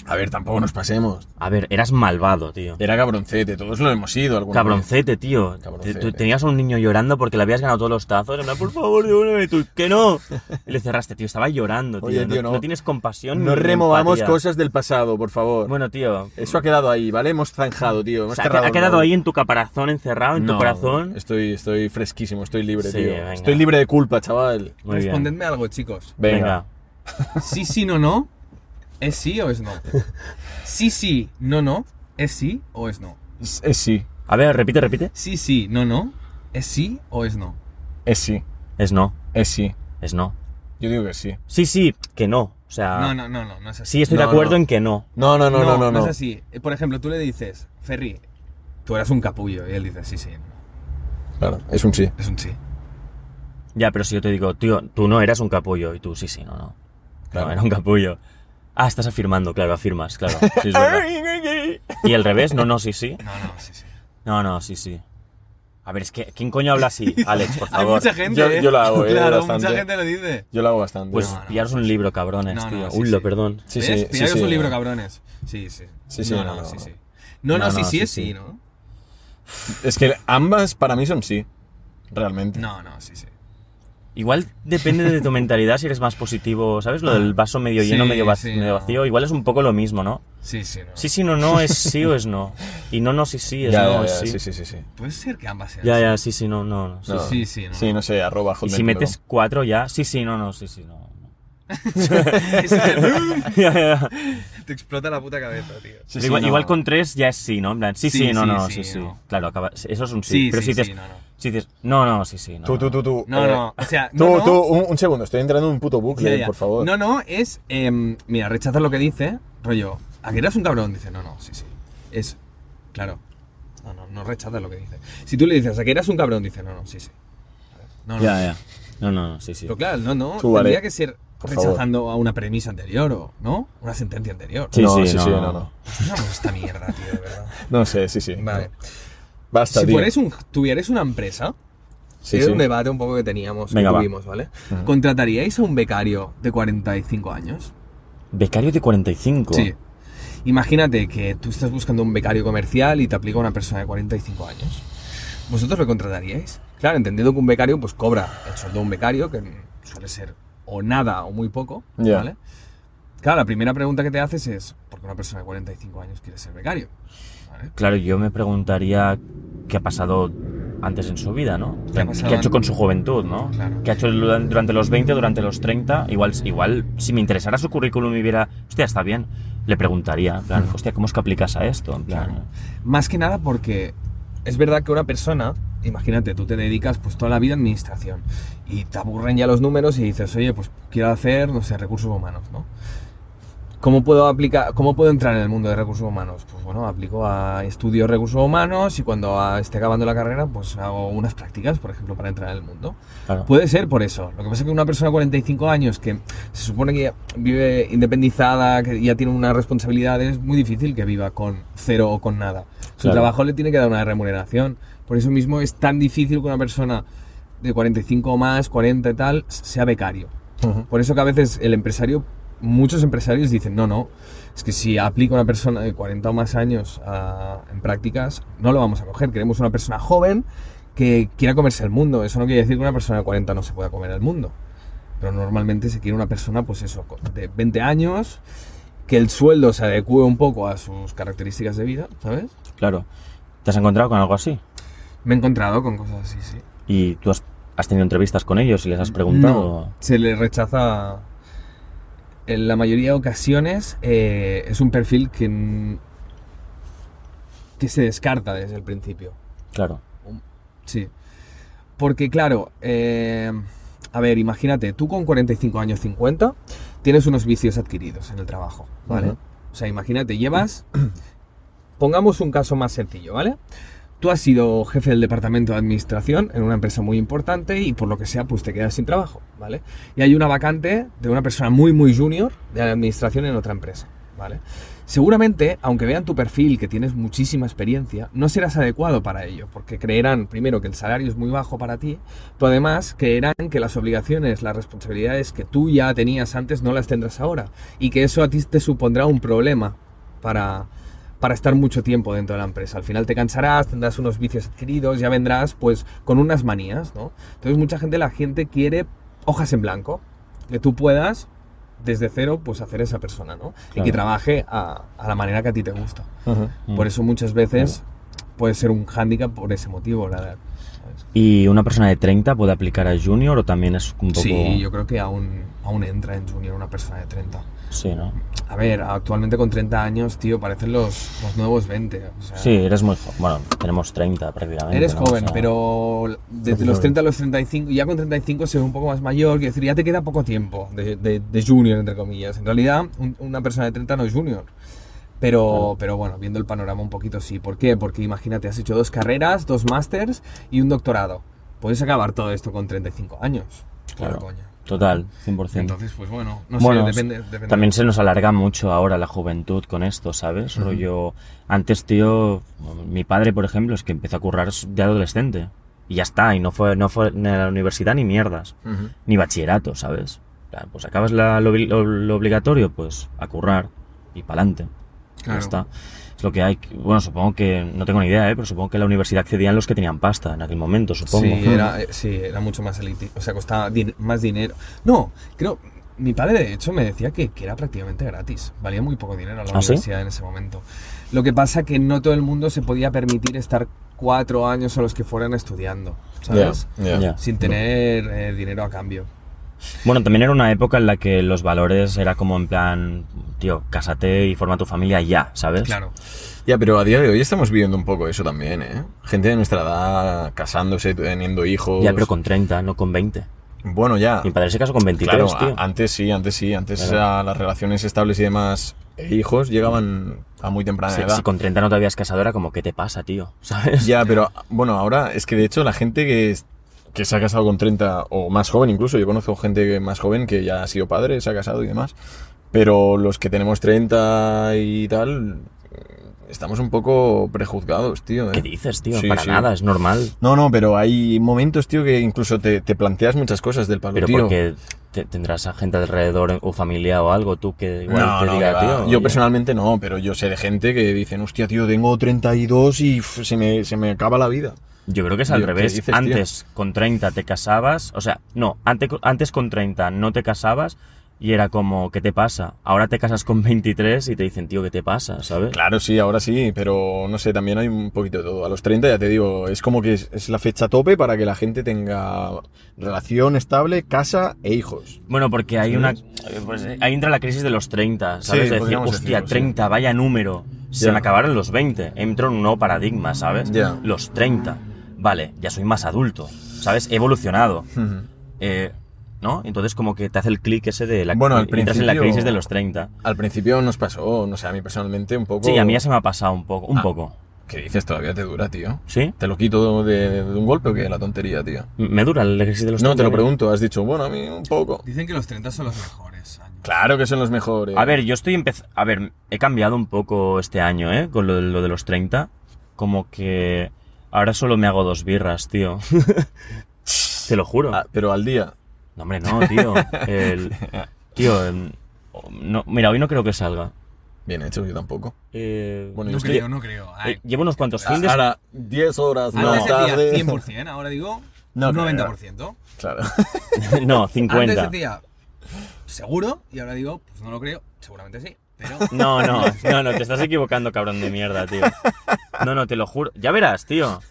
[SPEAKER 3] A ver, tampoco nos pasemos.
[SPEAKER 1] A ver, eras malvado, tío.
[SPEAKER 3] Era cabroncete, todos lo hemos sido alguna vez.
[SPEAKER 1] Cabroncete, tío. Te-
[SPEAKER 3] Cabroncete.
[SPEAKER 1] tú Tenías a un niño llorando porque le habías ganado todos los tazos. En plan, por favor, devuélveme tú. Que no. Y le cerraste, tío. Estaba llorando, tío.
[SPEAKER 3] Oye, tío, no.
[SPEAKER 1] tienes compasión.
[SPEAKER 3] No
[SPEAKER 1] ni
[SPEAKER 3] removamos
[SPEAKER 1] empatía.
[SPEAKER 3] cosas del pasado, por favor.
[SPEAKER 1] Bueno, tío.
[SPEAKER 3] Eso ha quedado ahí, ¿vale? Hemos zanjado, tío.
[SPEAKER 1] o
[SPEAKER 3] hemos
[SPEAKER 1] sea,
[SPEAKER 3] cerrado
[SPEAKER 1] ha
[SPEAKER 3] el
[SPEAKER 1] quedado
[SPEAKER 3] baúl.
[SPEAKER 1] ahí en tu caparazón, encerrado en tu
[SPEAKER 3] No,
[SPEAKER 1] corazón.
[SPEAKER 3] Estoy, estoy fresquísimo, estoy libre,
[SPEAKER 1] Sí,
[SPEAKER 3] tío.
[SPEAKER 1] venga.
[SPEAKER 3] Estoy libre de culpa, chaval.
[SPEAKER 1] Muy bien.
[SPEAKER 2] Respondedme algo, chicos.
[SPEAKER 3] Venga.
[SPEAKER 2] ¿Sí, sí, no, no? ¿Es sí o es no? ¿Sí, sí, no, no? ¿Es sí o es no?
[SPEAKER 3] Es, es sí,
[SPEAKER 1] A ver, repite, repite.
[SPEAKER 2] ¿Sí, sí, no, no? ¿Es sí o es no?
[SPEAKER 3] es sí,
[SPEAKER 1] Es no.
[SPEAKER 3] es sí.
[SPEAKER 1] Es no.
[SPEAKER 3] Yo digo que sí.
[SPEAKER 1] Sí, sí, que no. O sea,
[SPEAKER 2] No, no, no, no, no es así.
[SPEAKER 1] sí estoy
[SPEAKER 3] Ah. No,
[SPEAKER 1] de acuerdo
[SPEAKER 3] no.
[SPEAKER 1] en que no.
[SPEAKER 3] No, no, no, no, no.
[SPEAKER 2] es
[SPEAKER 3] no.
[SPEAKER 2] así. Eh, Por ejemplo, tú le dices, Ferry, tú eras un capullo. Y él dice, sí, sí, no".
[SPEAKER 3] Claro, es un sí.
[SPEAKER 2] es un sí.
[SPEAKER 1] Ya, pero si yo te digo, tío, tú no eras un capullo. Y tú, sí, sí, no, no.
[SPEAKER 3] Claro.
[SPEAKER 1] No, era un capullo. Ah, estás afirmando, claro, afirmas, claro. Sí, es verdad. Y al revés, no, no, sí, sí.
[SPEAKER 2] No, no, sí, sí.
[SPEAKER 1] No, no, sí, sí. A ver, es que, ¿quién coño habla
[SPEAKER 2] [laughs]
[SPEAKER 1] así, Alex, por
[SPEAKER 2] Hay
[SPEAKER 1] favor?
[SPEAKER 2] mucha gente.
[SPEAKER 3] yo-
[SPEAKER 2] ¿eh?
[SPEAKER 3] yo
[SPEAKER 2] [laughs]
[SPEAKER 3] la hago, eh,
[SPEAKER 2] Claro,
[SPEAKER 3] bastante.
[SPEAKER 2] mucha gente lo dice.
[SPEAKER 3] Yo lo hago bastante.
[SPEAKER 1] Pues
[SPEAKER 2] No, no,
[SPEAKER 1] pillaros un libro, cabrones,
[SPEAKER 2] No, no,
[SPEAKER 1] tío.
[SPEAKER 2] sí,
[SPEAKER 1] Uy, lo
[SPEAKER 2] sí.
[SPEAKER 1] perdón.
[SPEAKER 3] sí,
[SPEAKER 2] ¿Ves?
[SPEAKER 3] sí, sí,
[SPEAKER 2] Pillaros
[SPEAKER 3] sí.
[SPEAKER 2] un libro, cabrones. Sí, sí.
[SPEAKER 3] Sí, sí,
[SPEAKER 2] no, no, sí, sí. No, no, sí, sí, es sí, ¿no?
[SPEAKER 3] Es que ambas para mí son sí, realmente.
[SPEAKER 2] No, no, sí, sí.
[SPEAKER 1] Igual depende de tu mentalidad si eres más positivo, ¿sabes? Lo del vaso medio lleno,
[SPEAKER 2] Sí,
[SPEAKER 1] medio, vac-
[SPEAKER 2] sí,
[SPEAKER 1] medio
[SPEAKER 2] no.
[SPEAKER 1] vacío. Igual es un poco lo mismo, ¿no?
[SPEAKER 2] Sí, sí, no.
[SPEAKER 1] Sí, sí, no, no es sí o es no. Y no, no, sí, sí, es
[SPEAKER 3] Ya,
[SPEAKER 1] no,
[SPEAKER 3] ya,
[SPEAKER 1] es
[SPEAKER 3] ya,
[SPEAKER 1] sí.
[SPEAKER 3] sí, sí, sí, sí.
[SPEAKER 2] Puede ser que ambas sean.
[SPEAKER 1] Ya,
[SPEAKER 2] así.
[SPEAKER 1] ya, sí, sí, no, no. no, sí,
[SPEAKER 3] No.
[SPEAKER 1] sí.
[SPEAKER 2] Sí, sí, no.
[SPEAKER 3] Sí, no sé, arroba
[SPEAKER 1] Y
[SPEAKER 3] hotmail
[SPEAKER 1] si
[SPEAKER 3] punto com.
[SPEAKER 1] metes cuatro ya, sí, sí, no, no, sí, sí, no. no.
[SPEAKER 2] [laughs]
[SPEAKER 1] [laughs] Ya, ya.
[SPEAKER 2] Te explota la puta cabeza, tío.
[SPEAKER 3] Sí,
[SPEAKER 1] Pero
[SPEAKER 3] sí,
[SPEAKER 1] igual,
[SPEAKER 3] no.
[SPEAKER 1] igual con tres ya es sí, ¿no? En plan, sí, sí,
[SPEAKER 2] Sí,
[SPEAKER 1] no,
[SPEAKER 2] sí,
[SPEAKER 1] no, sí,
[SPEAKER 2] sí,
[SPEAKER 1] sí.
[SPEAKER 2] no.
[SPEAKER 1] Claro, acaba, eso es un sí. pero si dices,
[SPEAKER 2] no, no.
[SPEAKER 1] si dices, no, no, sí, sí. No,
[SPEAKER 3] Tú, tú,
[SPEAKER 1] no.
[SPEAKER 3] tú, tú.
[SPEAKER 2] No,
[SPEAKER 3] eh,
[SPEAKER 2] no, o sea,
[SPEAKER 3] Tú,
[SPEAKER 2] no, no.
[SPEAKER 3] tú, un, un segundo, estoy entrando en un puto bucle,
[SPEAKER 2] Pues Ya, ya.
[SPEAKER 3] por favor.
[SPEAKER 2] No, no, es. em, mira, rechazas lo que dice, rollo. ¿A que eras un cabrón? Dice, no, no, sí, sí. Es. Claro. No, no, no rechazas lo que dice. Si tú le dices, ¿a que eras un cabrón? Dice, no, no, sí, sí. No, no.
[SPEAKER 1] Ya, ya. No, no, no, sí, sí.
[SPEAKER 2] Pero claro, no, no.
[SPEAKER 3] Tú, vale.
[SPEAKER 2] Tendría que ser
[SPEAKER 3] Por favor.
[SPEAKER 2] rechazando a una premisa anterior o, ¿no? Una sentencia anterior.
[SPEAKER 1] Sí,
[SPEAKER 3] no,
[SPEAKER 1] sí,
[SPEAKER 3] sí,
[SPEAKER 1] no,
[SPEAKER 3] sí,
[SPEAKER 1] no.
[SPEAKER 3] no, no.
[SPEAKER 2] Vamos esta mierda, tío, de
[SPEAKER 3] [laughs]
[SPEAKER 2] verdad.
[SPEAKER 3] No sé, sí, sí.
[SPEAKER 2] Vale.
[SPEAKER 3] Basta,
[SPEAKER 2] Si
[SPEAKER 3] tío.
[SPEAKER 2] pones un, tuvierais una empresa,
[SPEAKER 3] Sí,
[SPEAKER 2] era
[SPEAKER 3] sí.
[SPEAKER 2] un debate un poco que teníamos,
[SPEAKER 1] Venga,
[SPEAKER 2] que
[SPEAKER 1] va.
[SPEAKER 2] tuvimos, ¿vale? ¿Contrataríais a un becario de 45 años?
[SPEAKER 1] Becario de 45.
[SPEAKER 2] Sí. Imagínate que tú estás buscando un becario comercial y te aplica una persona de 45 años. ¿Vosotros lo contrataríais? Claro, entendiendo que un becario pues cobra el sueldo de un becario, que suele ser o nada o muy poco,
[SPEAKER 3] Ya.
[SPEAKER 2] ¿vale? Claro, la primera pregunta que te haces es, ¿por qué una persona de 45 años quiere ser becario? ¿Vale?
[SPEAKER 1] Claro, yo me preguntaría qué ha pasado antes en su vida, ¿no?
[SPEAKER 2] ¿Qué ha
[SPEAKER 1] ¿Qué
[SPEAKER 2] pasado
[SPEAKER 1] ha hecho
[SPEAKER 2] antes?
[SPEAKER 1] con su juventud, ¿no?
[SPEAKER 2] Claro.
[SPEAKER 1] ¿Qué ha hecho durante durante los 20, durante los 30? Igual, igual si me interesara su currículum y viera, hostia, está bien, le preguntaría, en plan, hostia, ¿cómo es que aplicas a esto? En plan,
[SPEAKER 2] Claro. Más que nada porque es verdad que una persona, imagínate, tú te dedicas pues toda la vida a administración y te aburren ya los números y dices, oye, pues quiero hacer, no sé, recursos humanos, ¿no? ¿Cómo puedo, aplicar, ¿Cómo puedo entrar en el mundo de recursos humanos? Pues bueno, aplico a estudios recursos humanos y cuando ah, esté acabando la carrera, pues hago unas prácticas, por ejemplo, para entrar en el mundo.
[SPEAKER 1] claro.
[SPEAKER 2] Puede ser por eso. Lo que pasa es que una persona de 45 años que se supone que ya vive independizada, que ya tiene unas responsabilidades, es muy difícil que viva con cero o con nada. Su
[SPEAKER 1] Claro.
[SPEAKER 2] trabajo le tiene que dar una remuneración. Por eso mismo es tan difícil que una persona de 45 o más, 40 y tal, sea becario.
[SPEAKER 3] Ujú.
[SPEAKER 2] Por eso que a veces el empresario, muchos empresarios dicen, no, no, es que si aplica una persona de 40 o más años a- en prácticas, no lo vamos a coger. Queremos una persona joven que quiera comerse el mundo. Eso no quiere decir que una persona de 40 no se pueda comer el mundo. Pero normalmente se quiere una persona, pues eso, co- de 20 años, que el sueldo se adecue un poco a sus características de vida, ¿sabes?
[SPEAKER 1] claro. ¿Te has encontrado con algo así?
[SPEAKER 2] Me he encontrado con cosas así, sí.
[SPEAKER 1] ¿Y tú has, has tenido entrevistas con ellos y les has preguntado?
[SPEAKER 2] No, se le rechaza. En la mayoría de ocasiones eh, es un perfil que, n- que se descarta desde el principio.
[SPEAKER 1] Claro.
[SPEAKER 2] Sí. Porque claro, eh, a ver, imagínate, tú con 45 años 50 tienes unos vicios adquiridos en el trabajo, ¿vale?
[SPEAKER 3] Ujú.
[SPEAKER 2] O sea, imagínate, llevas... Pongamos un caso más sencillo, ¿vale? Tú has sido jefe del departamento de administración en una empresa muy importante y por lo que sea, pues te quedas sin trabajo, ¿vale? Y hay una vacante de una persona muy, muy junior de la administración en otra empresa, ¿vale? Seguramente, aunque vean tu perfil, que tienes muchísima experiencia, no serás adecuado para ello, porque creerán, primero, que el salario es muy bajo para ti, pero además creerán que las obligaciones, las responsabilidades que tú ya tenías antes no las tendrás ahora, y que eso a ti te supondrá un problema para, para estar mucho tiempo dentro de la empresa. Al final te cansarás, tendrás unos vicios adquiridos, ya vendrás pues con unas manías, ¿no? Entonces mucha gente, la gente quiere hojas en blanco, que tú puedas desde cero pues hacer esa persona, ¿no? Y que
[SPEAKER 1] Claro.
[SPEAKER 2] trabaje a, a la manera que a ti te gusta.
[SPEAKER 3] Ujú.
[SPEAKER 2] Por
[SPEAKER 1] Mm.
[SPEAKER 2] eso muchas veces puede ser un hándicap por ese motivo, la edad. ¿sabes?
[SPEAKER 1] ¿Y una persona de 30 puede aplicar a junior o también es un poco...
[SPEAKER 2] Sí, yo creo que aún, aún entra en junior una persona de 30.
[SPEAKER 1] Sí, ¿no?
[SPEAKER 2] A ver, actualmente con 30 años, tío, parecen los, los nuevos 20. o sea,
[SPEAKER 1] Sí, eres muy joven. Bueno, tenemos 30 prácticamente.
[SPEAKER 2] Ah. Eres
[SPEAKER 1] ¿no? O
[SPEAKER 2] joven,
[SPEAKER 1] sea,
[SPEAKER 2] pero desde
[SPEAKER 3] Haces
[SPEAKER 2] los
[SPEAKER 3] joven.
[SPEAKER 2] 30 a los 35, ya con 35 se ve un poco más mayor, quiero decir, ya te queda poco tiempo de, de- de junior, entre comillas. En realidad, un- una persona de 30 no es junior. Pero, pero bueno, viendo el panorama un poquito sí. ¿Por qué? Porque imagínate, has hecho dos carreras, dos másters y un doctorado. Puedes acabar todo esto con 35 años. Claro.
[SPEAKER 1] Claro. Total, 100%.
[SPEAKER 2] Entonces, pues bueno, no
[SPEAKER 1] Bueno,
[SPEAKER 2] sé, depende, depende.
[SPEAKER 1] También se nos alarga mucho ahora la juventud con esto, ¿sabes?
[SPEAKER 2] Ujú.
[SPEAKER 1] Rollo, antes, tío, mi padre, por ejemplo, es que empezó a currar de adolescente. Y ya está, y no fue, no fue ni a la universidad ni mierdas,
[SPEAKER 2] Ujú.
[SPEAKER 1] ni bachillerato, ¿sabes? En plan, Pues acabas la- lo, lo- lo obligatorio, pues a currar y pa'lante. Ya
[SPEAKER 2] Claro.
[SPEAKER 1] está. Es lo que hay. Bueno, supongo que, no tengo ni idea, ¿eh? pero supongo que en la universidad accedían los que tenían pasta en aquel momento, supongo.
[SPEAKER 2] Sí, era, eh, sí, era mucho más elitista. O sea, costaba din- más dinero. No, creo. Mi padre, de hecho, me decía que, que era prácticamente gratis. Valía muy poco dinero la
[SPEAKER 1] ¿Ah, sí?
[SPEAKER 2] universidad en ese momento. Lo que pasa que no todo el mundo se podía permitir estar cuatro años a los que fueran estudiando, ¿sabes?
[SPEAKER 3] Ya, ya.
[SPEAKER 1] Ya.
[SPEAKER 2] Sin tener eh, dinero a cambio.
[SPEAKER 1] [laughs] Bueno, también era una época en la que los valores era como en plan, tío, cásate y forma tu familia ya, ¿sabes?
[SPEAKER 2] Claro.
[SPEAKER 3] Ya, pero a día de hoy estamos viviendo un poco eso también, ¿eh? Gente de nuestra edad casándose, teniendo hijos.
[SPEAKER 1] Ya, pero con 30, no con 20.
[SPEAKER 3] Bueno, ya.
[SPEAKER 1] Mi padre se casó con 23,
[SPEAKER 3] Ah. Claro,
[SPEAKER 1] tío.
[SPEAKER 3] a- antes sí, antes sí. Antes
[SPEAKER 1] Claro.
[SPEAKER 3] era las relaciones estables y demás e hijos llegaban a muy temprana
[SPEAKER 1] Si,
[SPEAKER 3] edad.
[SPEAKER 1] si con 30 no te habías casado, era como, ¿qué te pasa, tío? [laughs] ¿Sabes?
[SPEAKER 3] Ya, pero bueno, ahora es que de hecho la gente que, es- que se ha casado con 30 o más joven incluso, yo conozco gente que- más joven que ya ha sido padre, se ha casado y demás, pero los que tenemos 30 y tal, estamos un poco prejuzgados, tío. ¿eh?
[SPEAKER 1] ¿Qué dices, tío?
[SPEAKER 3] Sí,
[SPEAKER 1] Para
[SPEAKER 3] sí.
[SPEAKER 1] nada, es normal.
[SPEAKER 3] No, no, pero hay momentos, tío, que incluso te, te planteas muchas cosas del palo,
[SPEAKER 1] Pero
[SPEAKER 3] tío.
[SPEAKER 1] porque te- tendrás a gente alrededor o familia o algo, tú que igual
[SPEAKER 3] No,
[SPEAKER 1] te
[SPEAKER 3] no,
[SPEAKER 1] diga,
[SPEAKER 3] que va.
[SPEAKER 1] tío.
[SPEAKER 3] yo
[SPEAKER 1] oye,
[SPEAKER 3] personalmente no, pero yo sé de gente que dicen, hostia, tío, tengo 32 y uf, se, me, se me acaba la vida.
[SPEAKER 1] Yo creo que es al
[SPEAKER 3] Yo, ¿qué
[SPEAKER 1] revés.
[SPEAKER 3] dices, tío?
[SPEAKER 1] antes con 30 te casabas, o sea, no, antes, antes con 30 no te casabas y era como, ¿qué te pasa? Ahora te casas con 23 y te dicen, tío, ¿qué te pasa? ¿Sabes?
[SPEAKER 3] Claro, sí, ahora sí, pero no sé, también hay un poquito de todo. A los 30, ya te digo, es como que es, es la fecha tope para que la gente tenga relación estable, casa e hijos.
[SPEAKER 1] Bueno, porque hay
[SPEAKER 3] Sí,
[SPEAKER 1] una.
[SPEAKER 3] ¿ves?
[SPEAKER 1] eh, pues, eh, ahí entra la crisis de los 30, ¿sabes?
[SPEAKER 3] Sí,
[SPEAKER 1] de decir,
[SPEAKER 3] podríamos
[SPEAKER 1] hostia,
[SPEAKER 3] decirlo, sí.
[SPEAKER 1] 30, vaya número. Se
[SPEAKER 3] Ya.
[SPEAKER 1] me acabaron los 20. Entro en un nuevo paradigma, ¿sabes?
[SPEAKER 3] Ya.
[SPEAKER 1] Los 30. Vale, ya soy más adulto, ¿sabes? He evolucionado. eh, ¿No? Entonces, como que te hace el clic ese de la.
[SPEAKER 3] Bueno, al
[SPEAKER 1] entras en la
[SPEAKER 3] principio-
[SPEAKER 1] crisis de los 30.
[SPEAKER 3] Al principio nos pasó, no sé, a mí personalmente un poco...
[SPEAKER 1] Sí, a mí ya se me ha pasado un poco. Un
[SPEAKER 3] Ah.
[SPEAKER 1] poco.
[SPEAKER 3] ¿Qué dices? Todavía te dura, tío.
[SPEAKER 1] ¿Sí?
[SPEAKER 3] ¿Te lo quito de, de un golpe o qué? La tontería, tío.
[SPEAKER 1] ¿Me dura el crisis de los 30?
[SPEAKER 3] No, te lo pregunto, has dicho, bueno, a mí un poco.
[SPEAKER 2] Dicen que los 30 son los mejores años.
[SPEAKER 3] Claro que son los mejores.
[SPEAKER 1] A ver, yo estoy empezando... A ver, he cambiado un poco este año, ¿eh? Con lo, de- lo de los 30. Como que ahora solo me hago dos birras, tío. [laughs] te lo juro.
[SPEAKER 3] Ah, pero al día.
[SPEAKER 1] No, hombre, no,
[SPEAKER 3] [laughs]
[SPEAKER 1] tío. El- Tío, em, no, mira, hoy no creo que salga.
[SPEAKER 3] Bien hecho, yo tampoco.
[SPEAKER 1] Eh,
[SPEAKER 3] Bueno,
[SPEAKER 2] No
[SPEAKER 3] yo estoy-
[SPEAKER 2] creo, no creo. Ay,
[SPEAKER 1] eh, llevo unos cuantos
[SPEAKER 3] Ah,
[SPEAKER 1] fines...
[SPEAKER 3] Ahora, 10 horas
[SPEAKER 2] Antes
[SPEAKER 3] más
[SPEAKER 2] decía
[SPEAKER 3] tarde.
[SPEAKER 2] 100%, ahora digo
[SPEAKER 3] No, claro.
[SPEAKER 2] 90%.
[SPEAKER 3] [laughs] Claro. [laughs]
[SPEAKER 1] No, 50.
[SPEAKER 2] Antes decía seguro y ahora digo, pues no lo creo, seguramente sí, pero
[SPEAKER 3] [laughs]
[SPEAKER 1] No, no, no, no, te estás equivocando, cabrón de mierda, tío. No, no, te lo juro. Ya verás, tío.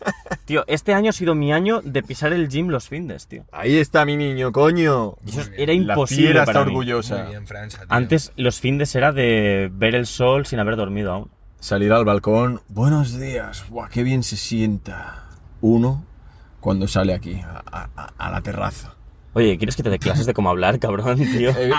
[SPEAKER 1] Tío, este año ha sido mi año de pisar el gym los findes, tío.
[SPEAKER 3] Ahí está mi
[SPEAKER 1] [laughs]
[SPEAKER 3] niño, coño.
[SPEAKER 1] Y Eso
[SPEAKER 2] Muy bien.
[SPEAKER 1] era imposible.
[SPEAKER 3] La fiera
[SPEAKER 1] para
[SPEAKER 3] está
[SPEAKER 1] mí.
[SPEAKER 3] orgullosa.
[SPEAKER 2] muy bien, Francia. tío.
[SPEAKER 1] Antes los findes era de ver el sol sin haber dormido aún.
[SPEAKER 3] Salir al balcón. Buenos días. Buah, qué bien se sienta uno cuando sale aquí, a, a- a la terraza.
[SPEAKER 1] Oye, ¿quieres que te dé clases de cómo hablar, cabrón, tío?
[SPEAKER 3] He, he-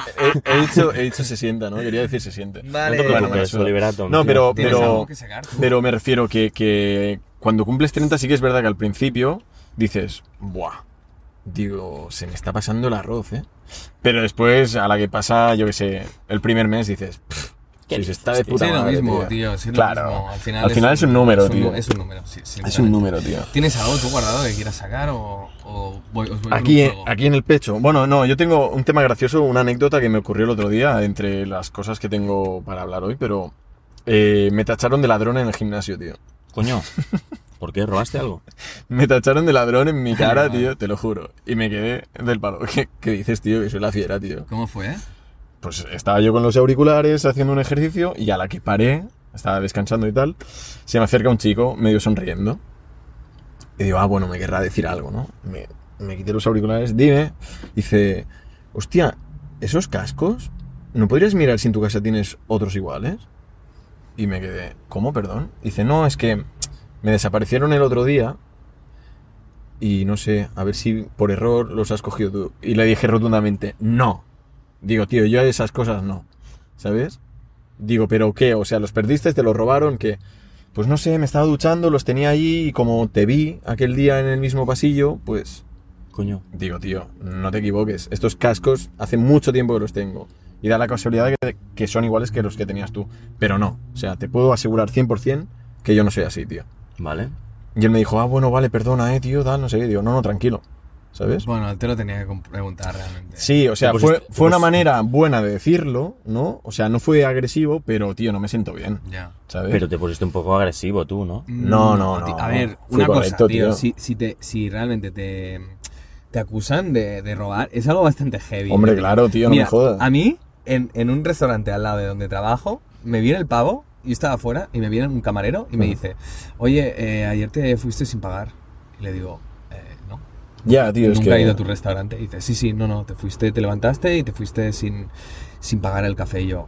[SPEAKER 3] he dicho, he dicho se sienta, ¿no? Quería decir se siente.
[SPEAKER 2] Vale.
[SPEAKER 1] no te
[SPEAKER 3] Bueno,
[SPEAKER 1] preocupes,
[SPEAKER 3] eso.
[SPEAKER 1] Oliverato,
[SPEAKER 3] No,
[SPEAKER 1] tío.
[SPEAKER 3] pero,
[SPEAKER 2] Tienes algo
[SPEAKER 3] pero,
[SPEAKER 2] que sacar.
[SPEAKER 3] pero me refiero que, que cuando cumples 30 sí que es verdad que al principio dices, buah, digo, se me está pasando el arroz, ¿eh? Pero después, a la que pasa, yo qué sé, el primer mes dices, "Pff,
[SPEAKER 1] ¿Qué
[SPEAKER 3] si se
[SPEAKER 1] dices,
[SPEAKER 3] está de
[SPEAKER 1] tío?
[SPEAKER 3] puta
[SPEAKER 2] Sí, lo
[SPEAKER 3] madre,
[SPEAKER 2] mismo,
[SPEAKER 3] tío".
[SPEAKER 2] tío. sí, lo
[SPEAKER 3] Claro.
[SPEAKER 2] mismo. Al final,
[SPEAKER 3] Al final es un número,
[SPEAKER 2] es un-
[SPEAKER 3] tío.
[SPEAKER 2] Es un número, sí. sí,
[SPEAKER 3] Es un
[SPEAKER 2] totalmente.
[SPEAKER 3] número, tío.
[SPEAKER 2] ¿Tienes algo tú guardado que quieras sacar o, o voy, os voy por
[SPEAKER 3] Aquí,
[SPEAKER 2] un
[SPEAKER 3] eh,
[SPEAKER 2] juego?
[SPEAKER 3] aquí en el pecho. Bueno, no, yo tengo un tema gracioso, una anécdota que me ocurrió el otro día entre las cosas que tengo para hablar hoy, pero eh, me tacharon de ladrón en el gimnasio, tío.
[SPEAKER 1] Coño, ¿por qué robaste algo?
[SPEAKER 3] Me tacharon de ladrón en mi cara,
[SPEAKER 2] Vale.
[SPEAKER 3] tío, te lo juro. Y me quedé del palo. [laughs] ¿Qué, qué dices, tío? Que soy la fiera, tío.
[SPEAKER 2] ¿Cómo fue? eh?
[SPEAKER 3] Pues estaba yo con los auriculares haciendo un ejercicio y a la que paré, estaba descansando y tal, se me acerca un chico medio sonriendo. Y digo, ah, bueno, me querrá decir algo, ¿no? Me, me quité los auriculares, dime. Dice, hostia, ¿esos cascos? ¿No podrías mirar si en tu casa tienes otros iguales? Y me quedé, ¿cómo, perdón? Dice, no, es que me desaparecieron el otro día y no sé, a ver si por error los has cogido tú. Y le dije rotundamente, no. Digo, tío, yo a esas cosas no. ¿Sabes? Digo, ¿pero qué? O sea, los perdiste, te los robaron, que... Pues no sé, me estaba duchando, los tenía ahí y como te vi aquel día en el mismo pasillo, pues...
[SPEAKER 1] Coño.
[SPEAKER 3] Digo, tío, no te equivoques. Estos cascos hace mucho tiempo que los tengo. Y da la casualidad que, que son iguales que los que tenías tú. Pero no. O sea, te puedo asegurar 100% que yo no soy así, tío.
[SPEAKER 1] Vale.
[SPEAKER 3] Y él me dijo, ah, bueno, vale, perdona, eh, tío, tal, no sé qué. Digo, no, no, tranquilo. ¿sabes?
[SPEAKER 2] Bueno, te lo tenía que com- preguntar realmente.
[SPEAKER 3] Sí, o sea,
[SPEAKER 1] Pues
[SPEAKER 3] fue,
[SPEAKER 1] esto-
[SPEAKER 3] fue una
[SPEAKER 1] pues-
[SPEAKER 3] manera buena de decirlo, ¿no? O sea, no fue agresivo, pero tío, no me siento bien,
[SPEAKER 2] Ya.
[SPEAKER 3] ¿sabes?
[SPEAKER 1] Pero te pusiste un poco agresivo tú, ¿no?
[SPEAKER 3] No, no,
[SPEAKER 2] Mm,
[SPEAKER 3] no.
[SPEAKER 2] A ver,
[SPEAKER 3] Fui
[SPEAKER 2] una cosa,
[SPEAKER 3] correcto,
[SPEAKER 2] tío.
[SPEAKER 3] tío.
[SPEAKER 2] Si, si te, si realmente te, te acusan de, de robar, es algo bastante heavy. ¿eh?
[SPEAKER 3] Hombre, claro, tío, no
[SPEAKER 2] Mira,
[SPEAKER 3] me jodas.
[SPEAKER 2] A mí, en, en un restaurante al lado de donde trabajo, me viene el pavo, yo estaba afuera, y me viene un camarero y me
[SPEAKER 3] Mm.
[SPEAKER 2] dice, oye, eh, ayer te fuiste sin pagar. Y le digo, "Eh, no,
[SPEAKER 3] Ya, tío, es
[SPEAKER 2] nunca he
[SPEAKER 3] que...
[SPEAKER 2] ido a tu restaurante. Y dice, sí, sí, no, no, te fuiste, te levantaste y te fuiste sin, sin pagar el café. Y yo,